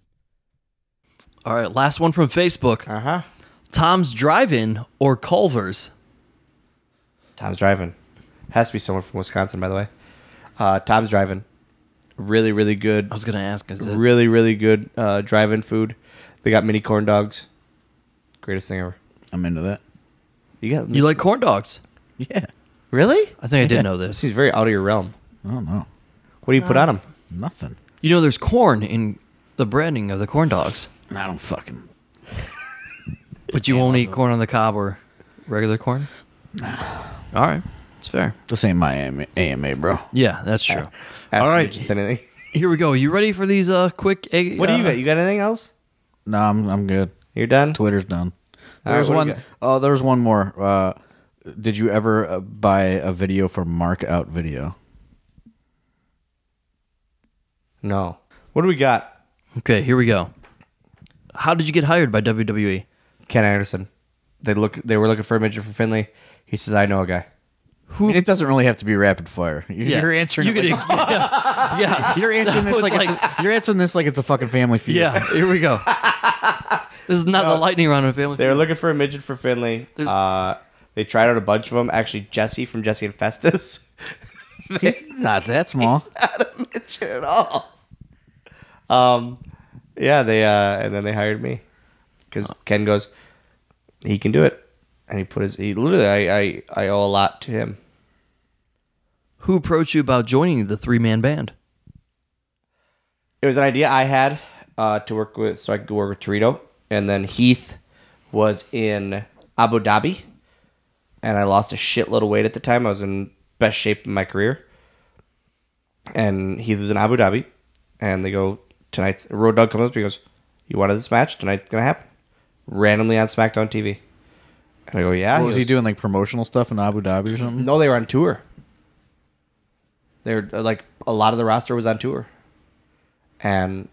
Speaker 1: All right, last one from Facebook.
Speaker 4: Uh huh.
Speaker 1: Tom's Drive-In or Culver's?
Speaker 4: Tom's driving. Has to be someone from Wisconsin, by the way. Uh, Tom's driving. Really, really good.
Speaker 1: I was gonna ask. Is it
Speaker 4: Really, really good uh, drive-in food. They got mini corn dogs. Greatest thing ever.
Speaker 3: I'm into that.
Speaker 4: You got
Speaker 1: you like corn dogs?
Speaker 3: Yeah.
Speaker 4: really?
Speaker 1: I think I did know
Speaker 4: This
Speaker 1: this.
Speaker 4: seems very out of your realm.
Speaker 3: I don't know.
Speaker 4: What do you put on them?
Speaker 3: Nothing.
Speaker 1: You know, there's corn in the branding of the corn dogs,
Speaker 3: I don't fucking.
Speaker 1: but you won't eat corn on the cob or regular corn. All right, it's fair.
Speaker 3: This ain't my AMA, AMA bro.
Speaker 1: Yeah, that's true.
Speaker 4: Ask
Speaker 1: All
Speaker 4: me
Speaker 1: right.
Speaker 4: if it's anything.
Speaker 1: <laughs>
Speaker 4: <laughs>
Speaker 1: Here we go. You ready for these uh quick? egg-
Speaker 4: What do you
Speaker 1: uh,
Speaker 4: got? You got anything else?
Speaker 3: No, I'm I'm good.
Speaker 4: You're done.
Speaker 3: Twitter's done.
Speaker 4: All right,
Speaker 3: There's
Speaker 4: what do you
Speaker 3: one oh there's one more. Uh, did you ever uh, buy a video for Mark Out Video?
Speaker 4: No. What do we got?
Speaker 1: Okay, here we go. How did you get hired by E? WWE?
Speaker 4: Ken Anderson. They look. They were looking for a midget for Finley. He says, "I know a guy."
Speaker 3: I mean, it doesn't really have to be rapid fire. You're,
Speaker 1: Yeah.
Speaker 3: you're answering.
Speaker 1: You
Speaker 3: it
Speaker 1: could
Speaker 3: like-
Speaker 1: explain.
Speaker 3: <laughs>
Speaker 1: Yeah. yeah.
Speaker 3: you're answering
Speaker 1: That
Speaker 3: this
Speaker 1: was
Speaker 3: like, <laughs>
Speaker 4: <laughs>
Speaker 3: it's a- you're answering this like it's a fucking family feud.
Speaker 1: Yeah, <laughs> here we go. This is not the lightning round of family.
Speaker 4: They were looking for a midget for Finley.
Speaker 1: There's-
Speaker 4: Uh, they tried out a bunch of them. Actually, Jesse from Jesse and Festus.
Speaker 3: <laughs>
Speaker 4: <laughs>
Speaker 3: he's not that small.
Speaker 4: not a midget at all. Um, yeah, they uh, and then they hired me because Ken goes, he can do it, and he put his he literally I I, I owe a lot to him.
Speaker 1: Who approached you about joining the three man band?
Speaker 4: It was an idea I had uh, to work with, so I could work with Torito, and then Heath was in Abu Dhabi, and I lost a shitload of weight at the time. I was in best shape in my career, and Heath was in Abu Dhabi, and they go tonight's Road Dog comes up and he goes, "You wanted this match tonight's gonna happen," randomly on SmackDown TV, and <laughs> I go, "Yeah."
Speaker 3: What was he
Speaker 4: goes,
Speaker 3: doing? Like promotional stuff in Abu Dhabi or something?
Speaker 4: No, they were on tour. They were uh, like a lot of the roster was on tour, and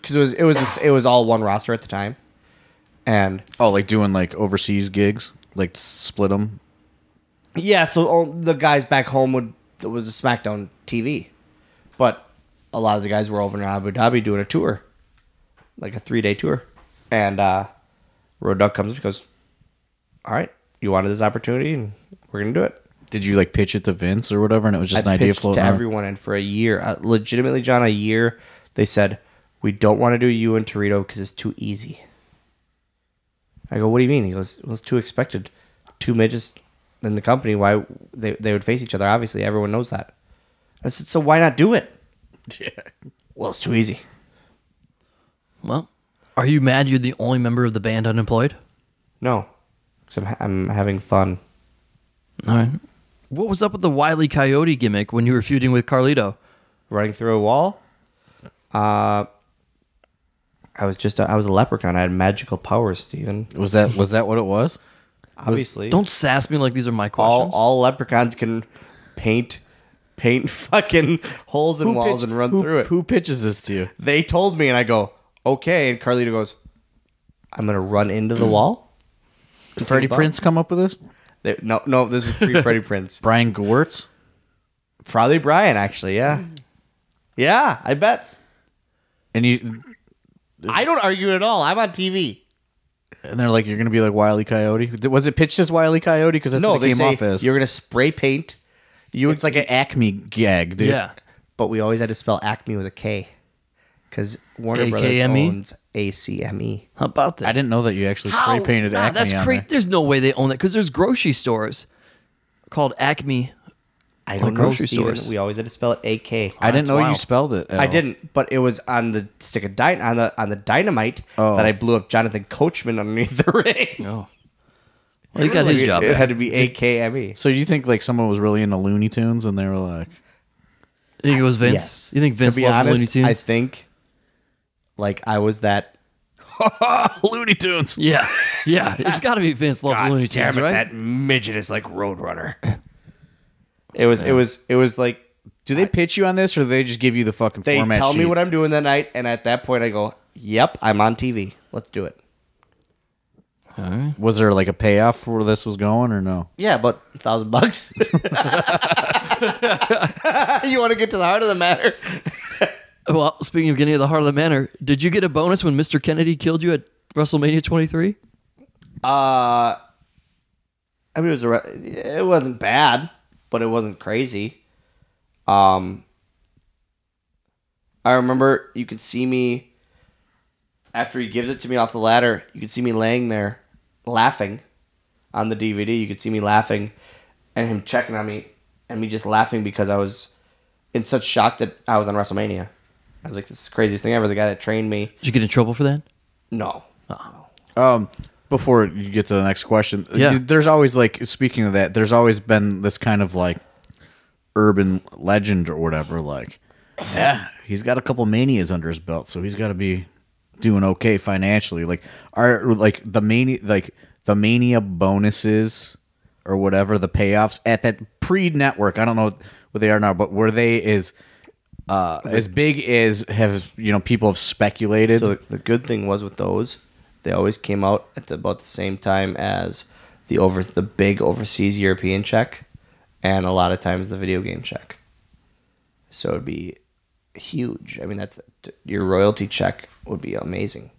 Speaker 4: because it was it was a s it was all one roster at the time, and
Speaker 3: Oh, like doing like overseas gigs, like split them.
Speaker 4: yeah, so all the guys back home would it was a SmackDown TV, but a lot of the guys were over in Abu Dhabi doing a tour, like a three day tour, and uh, Road Dog comes and goes, "All right, you wanted this opportunity, and we're gonna do it."
Speaker 3: Did you like pitch it to Vince or whatever? And it was just
Speaker 4: I
Speaker 3: an idea
Speaker 4: pitched to
Speaker 3: floating around?
Speaker 4: everyone, and for a year, uh, legitimately, John, a year, they said we don't want to do you and Torito because it's too easy. I go, what do you mean? He goes, well, it's too expected. Two midgets in the company, why they they would face each other? Obviously, everyone knows that. I said, so why not do
Speaker 3: <laughs>
Speaker 4: it? Well, it's too easy.
Speaker 1: Well, are you mad you're the only member of the band unemployed?
Speaker 4: No, 'Cause I'm ha- I'm having fun.
Speaker 1: All right. What was up with the Wiley Coyote gimmick when you were feuding with Carlito?
Speaker 4: running through a wall. Uh, I was just a, I was a leprechaun. I had magical powers, Steven.
Speaker 3: Was that was that what it was?
Speaker 4: Obviously,
Speaker 1: Don't sass me like these are my
Speaker 4: all
Speaker 1: questions.
Speaker 4: all leprechauns can paint paint <laughs> fucking holes in walls
Speaker 3: pitched-
Speaker 4: and run
Speaker 3: who-
Speaker 4: through it.
Speaker 3: Who pitches this to you?
Speaker 4: They told me, and I go okay, and Carlito goes, I'm gonna run into the
Speaker 3: <clears throat>
Speaker 4: wall.
Speaker 3: Did Freddie
Speaker 4: Bob.
Speaker 3: Prince come up with this?
Speaker 4: They- no, no, this is pre
Speaker 3: <laughs>
Speaker 4: Freddie Prince.
Speaker 3: Brian Gewirtz?
Speaker 4: Probably Brian, actually. Yeah,
Speaker 3: Mm-hmm.
Speaker 4: yeah, I bet.
Speaker 3: And you
Speaker 4: I don't argue at all. I'm on TV.
Speaker 3: and they're like, you're gonna be like Wiley Coyote. Was it pitched as Wiley Coyote? Because that's
Speaker 4: no,
Speaker 3: what it
Speaker 4: they
Speaker 3: came
Speaker 4: say
Speaker 3: off as.
Speaker 4: you're gonna spray paint,
Speaker 3: You, it's like an Acme gag, dude.
Speaker 1: Yeah.
Speaker 4: but we always had to spell Acme with a K, because Warner Brothers
Speaker 3: E?
Speaker 1: AKME?
Speaker 4: owns ACME.
Speaker 1: How about that?
Speaker 3: I didn't know that you actually spray
Speaker 1: How?
Speaker 3: painted
Speaker 1: Nah,
Speaker 3: Acme
Speaker 1: That's
Speaker 3: on
Speaker 1: crazy.
Speaker 3: there.
Speaker 1: There's no way they own that because there's grocery stores called Acme.
Speaker 4: I
Speaker 1: Like
Speaker 4: don't know.
Speaker 1: grocery
Speaker 4: Steven.
Speaker 1: stores.
Speaker 4: We always had to spell it AK.
Speaker 3: I didn't know you
Speaker 1: wild.
Speaker 3: spelled it. at
Speaker 4: I
Speaker 3: all.
Speaker 4: didn't, but it was on the stick of dynamite on the on the dynamite
Speaker 3: Oh.
Speaker 4: that I blew up Jonathan Coachman underneath the <laughs> ring.
Speaker 1: No. Well, he got his
Speaker 4: It-
Speaker 1: job.
Speaker 4: It
Speaker 1: back.
Speaker 4: had to be AKME.
Speaker 3: So you think like someone was really into Looney Tunes and they were
Speaker 4: <laughs>
Speaker 3: like,
Speaker 1: You think it was Vince?
Speaker 4: Yes.
Speaker 1: You think Vince
Speaker 4: to be
Speaker 1: loves
Speaker 4: honest,
Speaker 1: Looney Tunes?
Speaker 4: I think like I was that. Ah,
Speaker 3: Looney Tunes?
Speaker 1: yeah, <laughs> yeah. It's got to be Vince loves
Speaker 4: God
Speaker 1: Looney
Speaker 4: damn
Speaker 1: Tunes,
Speaker 4: it,
Speaker 1: right?
Speaker 4: That midget is like Roadrunner. it was. It was. It was like
Speaker 3: Do they pitch you on this or do they just give you the fucking
Speaker 4: they
Speaker 3: format
Speaker 4: tell me
Speaker 3: sheet?
Speaker 4: what I'm doing that night, and at that point I go, "Yep, I'm on TV. Let's do it."
Speaker 3: was there like a payoff for where this was going or no?
Speaker 4: Yeah, but a thousand bucks. <laughs> you want to get to the heart of the matter?
Speaker 1: Well, speaking of getting to the heart of the matter, did you get a bonus when Mr. Kennedy killed you at WrestleMania 23?
Speaker 4: Uh, I mean, it was a, re- it wasn't bad, but it wasn't crazy. Um, I remember you could see me after he gives it to me off the ladder. You could see me laying there laughing on the DVD. You could see me laughing and him checking on me and me just laughing because I was in such shock that I was on WrestleMania. I was like, "This is the craziest thing ever." The guy that trained me,
Speaker 1: Did you get in trouble for that?
Speaker 4: no,
Speaker 3: Um, before you get to the next question,
Speaker 1: Yeah.
Speaker 3: you- there's always like speaking of that, there's always been this kind of like urban legend or whatever. Like, yeah, he's got a couple manias under his belt, so he's got to be doing okay financially. Like, are like the mania, like the mania bonuses or whatever the payoffs at that pre-network. I don't know what they are now, but were they is uh as big as have you know people have speculated?
Speaker 4: So the, the good thing was with those, they always came out at about the same time as the over the big overseas European check, and a lot of times the video game check. So it'd be huge. I mean, that's your royalty check would be amazing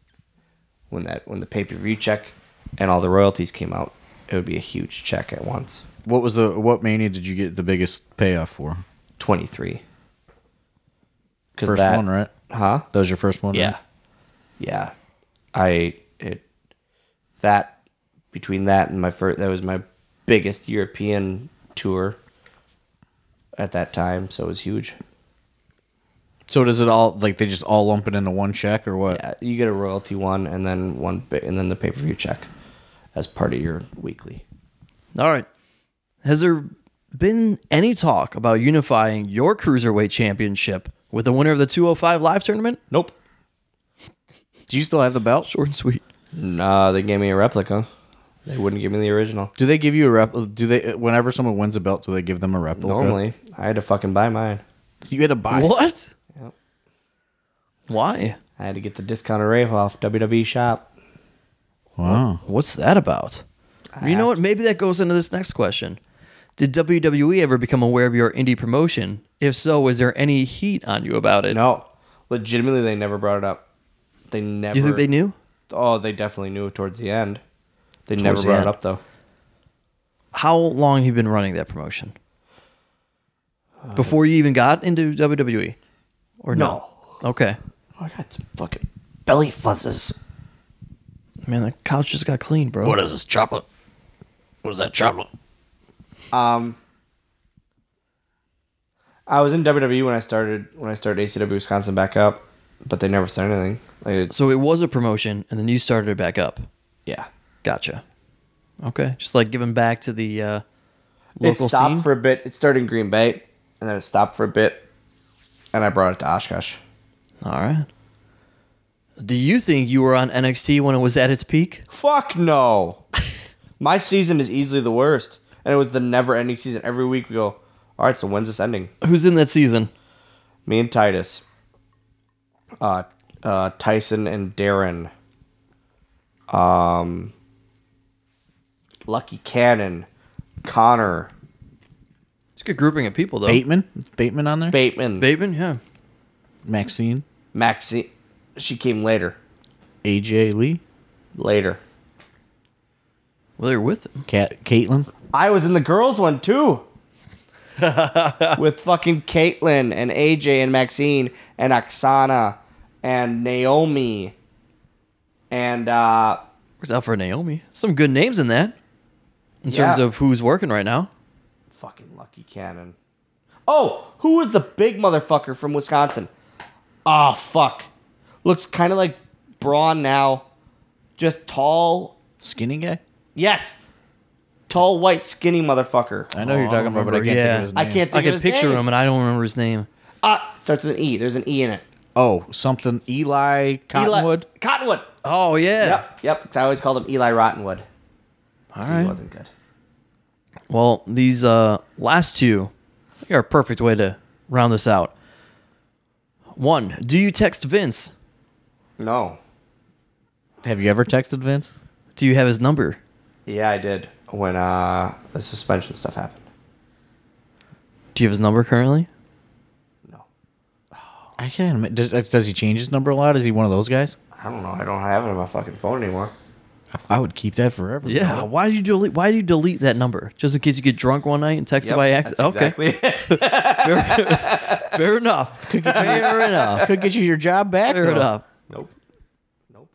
Speaker 4: when that when the pay per view check and all the royalties came out. It would be a huge check at once.
Speaker 3: What was the what mania did you get the biggest payoff for?
Speaker 4: Twenty three.
Speaker 3: First one, right?
Speaker 4: Huh?
Speaker 3: That was your first one.
Speaker 4: Yeah.
Speaker 3: right?
Speaker 4: Mm-hmm. Yeah. I it that between that and my first that was my biggest European tour at that time, so it was huge.
Speaker 3: So does it all like they just all lump it into one check or what?
Speaker 4: Yeah, you get a royalty one and then one bit and then the pay-per-view check as part of your weekly.
Speaker 1: All right. Has there been any talk about unifying your cruiserweight championship with the winner of the 205 live tournament?
Speaker 4: Nope.
Speaker 3: Do you still have the belt?
Speaker 1: Short and sweet.
Speaker 4: Nah, they gave me a replica. They wouldn't give me the original.
Speaker 3: Do they give you a rep? Do they whenever someone wins a belt, do they give them a replica?
Speaker 4: Normally, I had to fucking buy mine.
Speaker 3: you had to buy. it.
Speaker 1: What?
Speaker 4: Yep.
Speaker 1: Why?
Speaker 4: I had to get the discounted rate off WWE E shop.
Speaker 3: Wow.
Speaker 1: What's that about? you know what? Maybe that goes into this next question. Did WWE ever become aware of your indie promotion? If so, was there any heat on you about it?
Speaker 4: No, legitimately, they never brought it up. They never.
Speaker 1: Do you think they knew?
Speaker 4: Oh, they definitely knew towards the end. They
Speaker 1: Towards
Speaker 4: never
Speaker 1: the
Speaker 4: brought
Speaker 1: end.
Speaker 4: it up though.
Speaker 1: How long have you been running that promotion? Before you even got into WWE? Or no? Okay.
Speaker 4: I got some fucking belly fuzzes.
Speaker 1: Man, the couch just got clean, bro.
Speaker 6: What is this chocolate? What is that chocolate?
Speaker 4: Um, I was in WWE when I started when I started ACW Wisconsin back up, but they never said anything. Like, it's-
Speaker 1: so it was a promotion, and then you started it back up.
Speaker 4: yeah,
Speaker 1: Gotcha. Okay. Just like giving back to the uh,
Speaker 4: it
Speaker 1: local
Speaker 4: stopped
Speaker 1: scene.
Speaker 4: for a bit. It started in Green Bay, and then it stopped for a bit, and I brought it to Oshkosh.
Speaker 1: All right. Do you think you were on NXT when it was at its peak? <laughs>
Speaker 4: Fuck no. My season is easily the worst, and it was the never-ending season. Every week we go, all right, so when's this ending?
Speaker 1: Who's in that season?
Speaker 4: Me and Titus. Uh, uh, Tyson and Darren. um, Lucky Cannon, Connor,
Speaker 1: It's a good grouping of people, though.
Speaker 3: Bateman? Is Bateman on there?
Speaker 4: Bateman,
Speaker 1: Bateman, yeah.
Speaker 3: Maxine?
Speaker 4: Maxi. She came later.
Speaker 3: AJ Lee?
Speaker 4: Later.
Speaker 1: Well, they're with him.
Speaker 3: Cat Caitlin?
Speaker 4: I was in the girls one too. With fucking Caitlyn and AJ and Maxine and Oksana and Naomi and uh
Speaker 1: Worked out for Naomi. Some good names in that. In terms
Speaker 4: Yeah.
Speaker 1: of who's working right now.
Speaker 4: fucking Lucky Cannon. Oh, who was the big motherfucker from Wisconsin? Ah, fuck. Looks kind of like Braun now. Just tall.
Speaker 3: Skinny guy?
Speaker 4: Yes. Tall, white, skinny motherfucker.
Speaker 3: I know who you're talking about, but I
Speaker 1: remember,
Speaker 3: can't think
Speaker 1: yeah.
Speaker 3: of his
Speaker 4: I
Speaker 3: name.
Speaker 4: can't think
Speaker 1: I
Speaker 4: of
Speaker 1: can
Speaker 4: his
Speaker 1: picture
Speaker 4: name.
Speaker 1: him, and I don't remember his name.
Speaker 4: Ah, starts with an E. There's an E in it.
Speaker 3: Oh, something Eli
Speaker 4: Eli-
Speaker 3: Cottonwood.
Speaker 4: Cottonwood.
Speaker 1: Oh yeah.
Speaker 4: Yep, yep. 'cause I always called him Eli Rottenwood.
Speaker 1: All
Speaker 4: He
Speaker 1: right.
Speaker 4: wasn't good.
Speaker 1: Well, these uh, last two I think are a perfect way to round this out. One, do you text Vince?
Speaker 4: No.
Speaker 3: Have you ever texted Vince?
Speaker 1: Do you have his number?
Speaker 4: Yeah, I did when uh the suspension stuff happened.
Speaker 1: Do you have his number currently?
Speaker 4: No,
Speaker 3: I can't. admit- Does, does he change his number a lot? Is he one of those guys?
Speaker 4: I don't know. I don't have it on my fucking phone anymore.
Speaker 3: I would keep that forever.
Speaker 1: Yeah. Why do you delete? Why do you delete that number? Just in case you get drunk one night and text
Speaker 4: Yep,
Speaker 1: by accident?
Speaker 4: that's
Speaker 1: Okay. <laughs>
Speaker 4: Exactly.
Speaker 1: Fair enough. Fair enough.
Speaker 3: Could get you your job back.
Speaker 1: Fair
Speaker 3: though.
Speaker 1: enough.
Speaker 4: nope. Nope.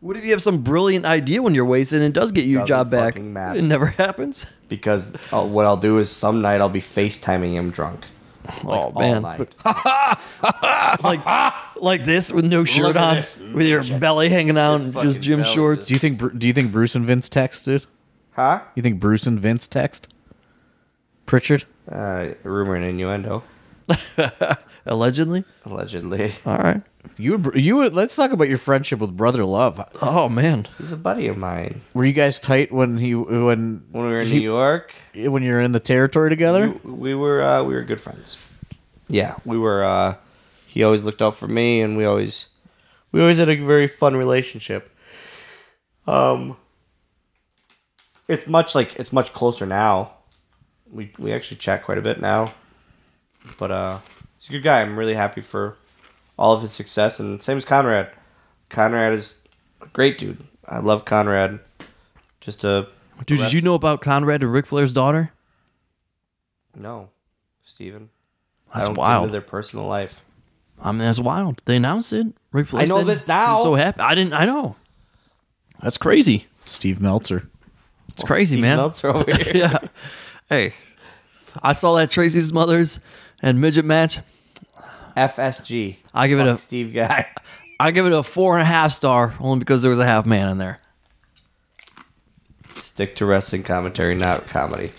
Speaker 1: What if you have some brilliant idea when you're wasted and it does get you your
Speaker 4: Doesn't
Speaker 1: job back?
Speaker 4: fucking matter.
Speaker 1: It never happens. <laughs>
Speaker 4: Because uh, what I'll do is some night I'll be FaceTiming him drunk.
Speaker 1: <laughs> oh
Speaker 4: all
Speaker 1: man.
Speaker 4: night. <laughs>
Speaker 1: like like this with no shirt
Speaker 4: at
Speaker 1: on,
Speaker 4: this
Speaker 1: with your belly hanging out, and
Speaker 4: fucking
Speaker 1: just gym
Speaker 4: belly
Speaker 1: shorts.
Speaker 3: Do you think? Bru- Do you think Bruce and Vince text, dude?
Speaker 4: Huh?
Speaker 3: You think Bruce and Vince text? Pritchard.
Speaker 4: Uh, rumor and innuendo,
Speaker 1: Allegedly.
Speaker 4: allegedly. <laughs>
Speaker 1: All right.
Speaker 3: You and Bru- you. would- Let's talk about your friendship with Brother Love.
Speaker 1: Oh man.
Speaker 4: He's a buddy of mine.
Speaker 3: Were you guys tight when he when
Speaker 4: When we were in
Speaker 3: he-
Speaker 4: New York,
Speaker 3: when you were in the territory together?
Speaker 4: we, we were uh, we were good friends. Yeah, we were. Uh, he always looked out for me, and we always we always had a very fun relationship. Um, it's much like it's much closer now. We we actually chat quite a bit now, but uh, he's a good guy. I'm really happy for all of his success, and same as Conrad. Conrad is a great dude. I love Conrad. Just a
Speaker 1: Dude, did you know about Conrad and Ric Flair's daughter?
Speaker 4: no, Steven.
Speaker 1: That's
Speaker 4: I don't Get into
Speaker 1: wild.
Speaker 4: their personal life.
Speaker 1: I mean, that's wild. They announced it. Ric Flair.
Speaker 4: I know
Speaker 1: said
Speaker 4: this
Speaker 1: he was
Speaker 4: now.
Speaker 1: so happy. I didn't. I know. That's crazy.
Speaker 3: Steve Meltzer.
Speaker 1: It's crazy, man.
Speaker 4: Oh, Meltzer <laughs> over here.
Speaker 1: <laughs> yeah. Hey, I saw that Tracy's mothers and midget match.
Speaker 4: FSG.
Speaker 1: I give it
Speaker 4: Fuck
Speaker 1: a-
Speaker 4: Steve guy. <laughs>
Speaker 1: I give it a four and a half star only because there was a half man in there.
Speaker 4: Stick to wrestling commentary, not comedy.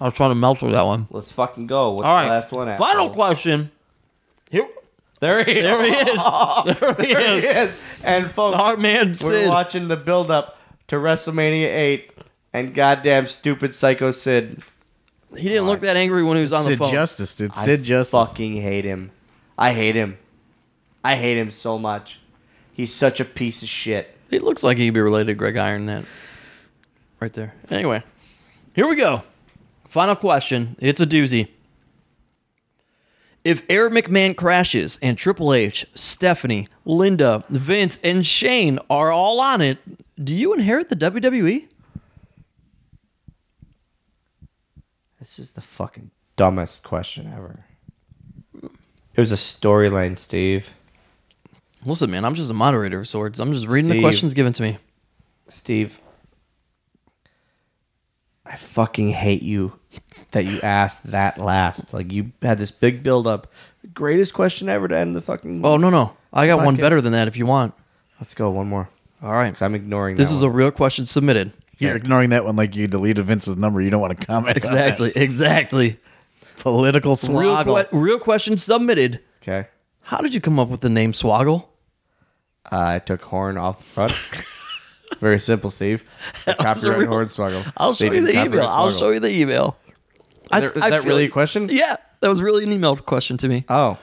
Speaker 1: I was trying to melt with that one.
Speaker 4: Let's fucking go. What's
Speaker 1: All right.
Speaker 4: the last one?
Speaker 1: Final
Speaker 4: asshole?
Speaker 1: question. Here,
Speaker 4: There he
Speaker 1: there he is.
Speaker 4: <laughs>
Speaker 1: There he
Speaker 4: There
Speaker 1: is.
Speaker 4: he is. And folks,
Speaker 1: Our man
Speaker 4: we're
Speaker 1: Sid.
Speaker 4: watching the build up to WrestleMania 8 and goddamn stupid psycho Sid.
Speaker 1: He didn't look that angry when he was on the
Speaker 3: Sid
Speaker 1: phone.
Speaker 3: Justice, dude. Sid Justice.
Speaker 4: Fucking hate him. I hate him. I hate him so much. He's such a piece of shit.
Speaker 1: He looks like he'd be related to Greg Iron then. Right there. Anyway, here we go. Final question. It's a doozy. If Eric McMahon crashes and Triple H, Stephanie, Linda, Vince, and Shane are all on it, do you inherit the E? WWE?
Speaker 4: This is the fucking dumbest question ever. It was a storyline, Steve.
Speaker 1: Listen, man, I'm just a moderator of sorts. I'm just reading the
Speaker 4: Steve.
Speaker 1: questions given to me.
Speaker 4: Steve, I fucking hate you that you asked that last. Like you had this big build up. Greatest question ever to end the fucking.
Speaker 1: Oh, no, no. I got one
Speaker 4: Podcast.
Speaker 1: better than that if you want.
Speaker 4: let's go one more.
Speaker 1: All right.
Speaker 4: 'Cause I'm ignoring
Speaker 1: This
Speaker 4: that
Speaker 1: is a
Speaker 4: one.
Speaker 1: real question submitted.
Speaker 3: You're ignoring that one like you deleted Vince's number. You don't want to comment. on that.
Speaker 1: Exactly. Exactly.
Speaker 3: Political
Speaker 1: Real, que-
Speaker 3: swaggle.
Speaker 1: real question submitted.
Speaker 4: okay.
Speaker 1: How did you come up with the name Swoggle?
Speaker 4: I took horn off the
Speaker 1: <laughs>
Speaker 4: front. Very simple, Steve. I
Speaker 1: was a
Speaker 4: copyright
Speaker 1: real-
Speaker 4: horn swaggle.
Speaker 1: I'll show you the email. I'll show you the email. I-
Speaker 4: Is
Speaker 1: I
Speaker 4: that
Speaker 1: feel-
Speaker 4: really a question?
Speaker 1: Yeah, that was really an emailed question to me.
Speaker 4: Oh,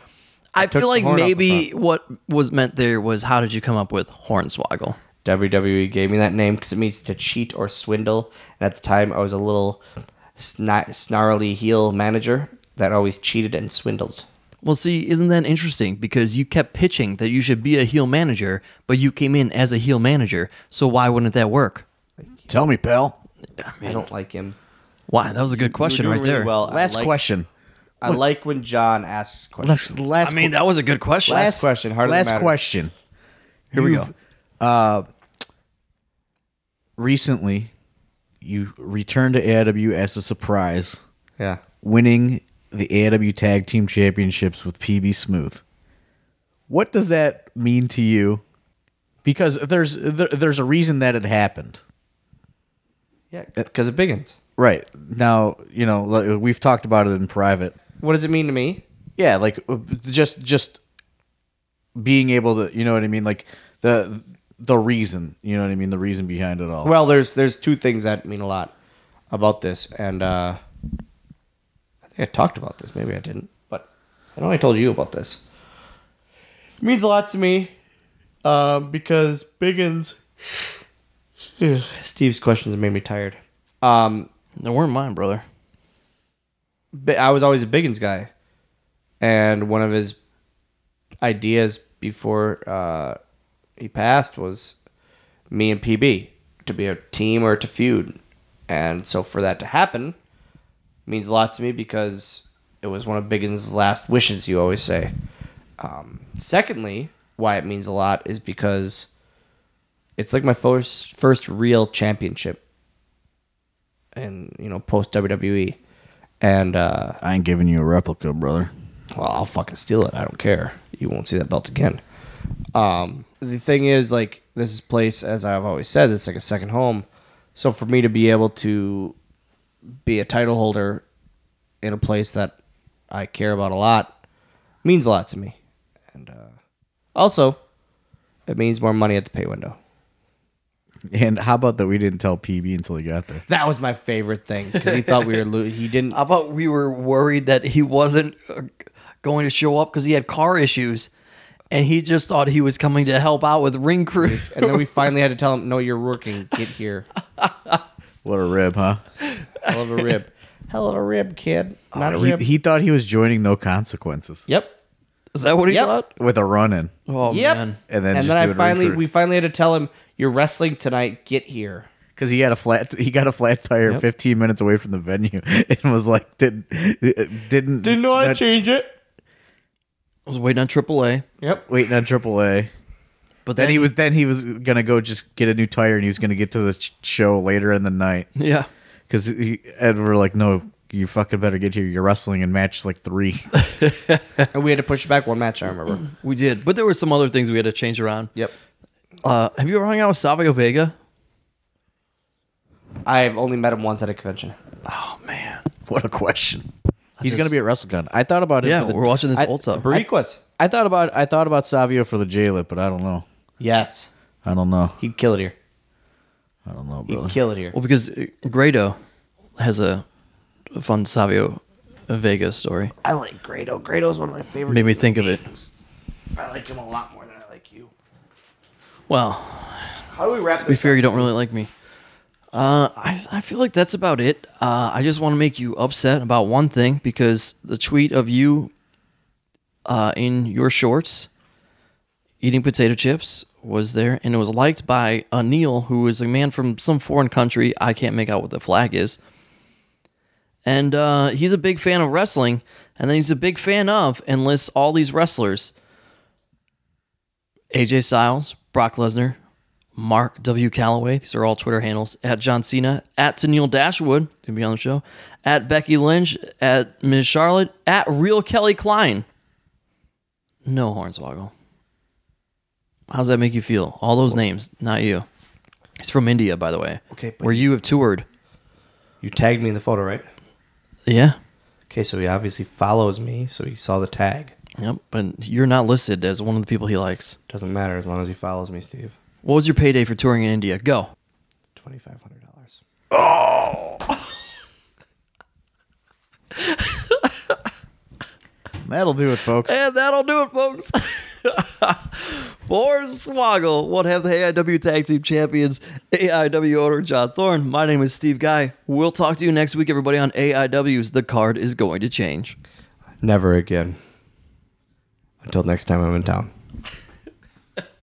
Speaker 1: I feel
Speaker 4: took the
Speaker 1: like
Speaker 4: horn off the
Speaker 1: maybe what was meant there was how did you come up with Hornswoggle?
Speaker 4: WWE E gave me that name because it means to cheat or swindle. And at the time, I was a little sni- snarly heel manager that always cheated and swindled.
Speaker 1: Well, see, isn't that interesting? Because you kept pitching that you should be a heel manager, but you came in as a heel manager. So why wouldn't that work?
Speaker 3: Tell me, pal.
Speaker 4: I don't like him.
Speaker 1: Why? That was a good
Speaker 4: You're
Speaker 1: question
Speaker 4: doing
Speaker 1: right
Speaker 4: really
Speaker 1: there.
Speaker 4: Well, I
Speaker 3: Last
Speaker 4: like-
Speaker 3: question.
Speaker 4: I like when John asks questions.
Speaker 3: Last, last
Speaker 1: I mean, that was a good question.
Speaker 4: Last- question, heart of the
Speaker 3: last
Speaker 4: matter.
Speaker 3: question. Here we go. Uh, recently, you returned to AW as a surprise,
Speaker 4: yeah.
Speaker 3: winning the AW Tag Team Championships with PB Smooth. What does that mean to you? Because there's there, there's a reason that it happened.
Speaker 4: Yeah, because it biggins.
Speaker 3: Right now, you know like, we've talked about it in private.
Speaker 4: What does it mean to me?
Speaker 3: yeah like uh, just just being able to you know what i mean like the the reason you know what i mean the reason behind it all
Speaker 4: Well, there's there's two things that mean a lot about this, and uh, I think I talked about this. Maybe I didn't, but I know I told you about this. It means a lot to me uh, because Biggins. <sighs> Steve's questions made me tired. Um,
Speaker 1: they weren't mine, brother.
Speaker 4: Bi- I was always a Biggins guy, and one of his ideas before uh, he passed was me and PB to be a team or to feud, and so for that to happen means a lot to me because it was one of Biggins' last wishes. You always say. Um, secondly, why it means a lot is because it's like my first first real championship, and you know post WWE, and. uh
Speaker 3: i ain't giving you a replica brother
Speaker 4: well, I'll fucking steal it. I don't care. You won't see that belt again. Um, the thing is, like, this is place, as I've always said, it's like a second home. So for me to be able to be a title holder in a place that I care about a lot means a lot to me. And uh, also, it means more money at the pay window.
Speaker 3: and how about that we didn't tell pb until he got there
Speaker 4: That was my favorite thing because he thought we were. Lo- he <laughs> didn't.
Speaker 1: How about we were worried that he wasn't uh, going to show up because he had car issues, and he just thought he was coming to help out with ring crew.
Speaker 4: And then we finally had to tell him, "No, you're working. Get here."
Speaker 3: what a rib <laughs> huh
Speaker 4: Hell of a rib. <laughs> Hell of a rib, kid. <laughs> Not a
Speaker 3: he,
Speaker 4: rib.
Speaker 3: he thought he was joining no consequences
Speaker 4: Yep.
Speaker 1: <laughs> Is that what he
Speaker 4: Yep.
Speaker 1: thought?
Speaker 3: with a run-in
Speaker 1: Oh
Speaker 4: yep.
Speaker 1: man.
Speaker 3: And then just
Speaker 4: I
Speaker 3: do it
Speaker 4: finally
Speaker 3: recruit.
Speaker 4: we finally had to tell him you're wrestling tonight. Get here.
Speaker 3: because he had a flat he got a flat tire 15 minutes away from the venue <laughs> and was like didn't didn't not-
Speaker 4: it.
Speaker 1: I was waiting on AAA,
Speaker 4: Yep.
Speaker 3: waiting on AAA.
Speaker 1: but
Speaker 3: Then he was then he was gonna go just get a new tire, and he was gonna get to the sh- show later in the night
Speaker 1: <laughs> Yeah.
Speaker 3: because and we're like, no, you fucking better get here. You're wrestling in match like three.
Speaker 4: And we had to push back one match. I remember.
Speaker 1: We did, but there were some other things we had to change around.
Speaker 4: <clears throat> yep.
Speaker 1: Uh, have you ever hung out with Savio Vega?
Speaker 4: I've only met him once at a convention. Oh,
Speaker 3: what a question. <laughs> He's
Speaker 1: just-
Speaker 3: gonna be at WrestleCon. I thought about it.
Speaker 1: Yeah,
Speaker 3: for the,
Speaker 1: we're watching this
Speaker 3: I,
Speaker 1: old stuff.
Speaker 4: Bariquas.
Speaker 3: I thought about I thought about Savio for the J-Lip, but I don't know.
Speaker 4: Yes.
Speaker 3: I don't know.
Speaker 4: He'd kill it here.
Speaker 3: I don't know,
Speaker 4: He'd
Speaker 3: brother.
Speaker 4: kill it here.
Speaker 1: Well, because uh, Grado has a a fun Savio Vega story.
Speaker 4: I like Grado. Grado's one of my favorite.
Speaker 1: Made me think of it.
Speaker 4: I like him a lot more than I like you.
Speaker 1: Well,
Speaker 4: How do we wrap
Speaker 1: To be fair, you don't really like me. Uh, I, I feel like that's about it. Uh, I just want to make you upset about one thing because the tweet of you uh, in your shorts eating potato chips was there and it was liked by Anil, who is a man from some foreign country. I can't make out what the flag is. And uh, he's a big fan of wrestling, and then he's a big fan of and lists all these wrestlers AJ Styles, Brock Lesnar, Mark W. Calloway. These are all Twitter handles at John Cena, at Tennille Dashwood, to be on the show, at Becky Lynch, at Ms. Charlotte, at Real Kelly Klein. No Hornswoggle. How's that make you feel? All those names, not you. He's from India, by the way.
Speaker 4: Okay, but-
Speaker 1: where you have toured.
Speaker 4: You tagged me in the photo, right?
Speaker 1: Yeah.
Speaker 4: Okay, so he obviously follows me, so he saw the tag.
Speaker 1: Yep. But you're not listed as one of the people he likes.
Speaker 4: Doesn't matter as long as he follows me, Steve.
Speaker 1: What was your payday for touring in India? Go.
Speaker 4: Twenty five hundred dollars.
Speaker 3: That'll do it, folks.
Speaker 1: And that'll do it, folks. <laughs> For Swoggle, what have the AIW Tag Team Champions, AIW owner John Thorne. My name is Steve Guy. We'll talk to you next week, everybody, on AIW's The Card is Going to Change.
Speaker 4: Never again. Until next time I'm in town.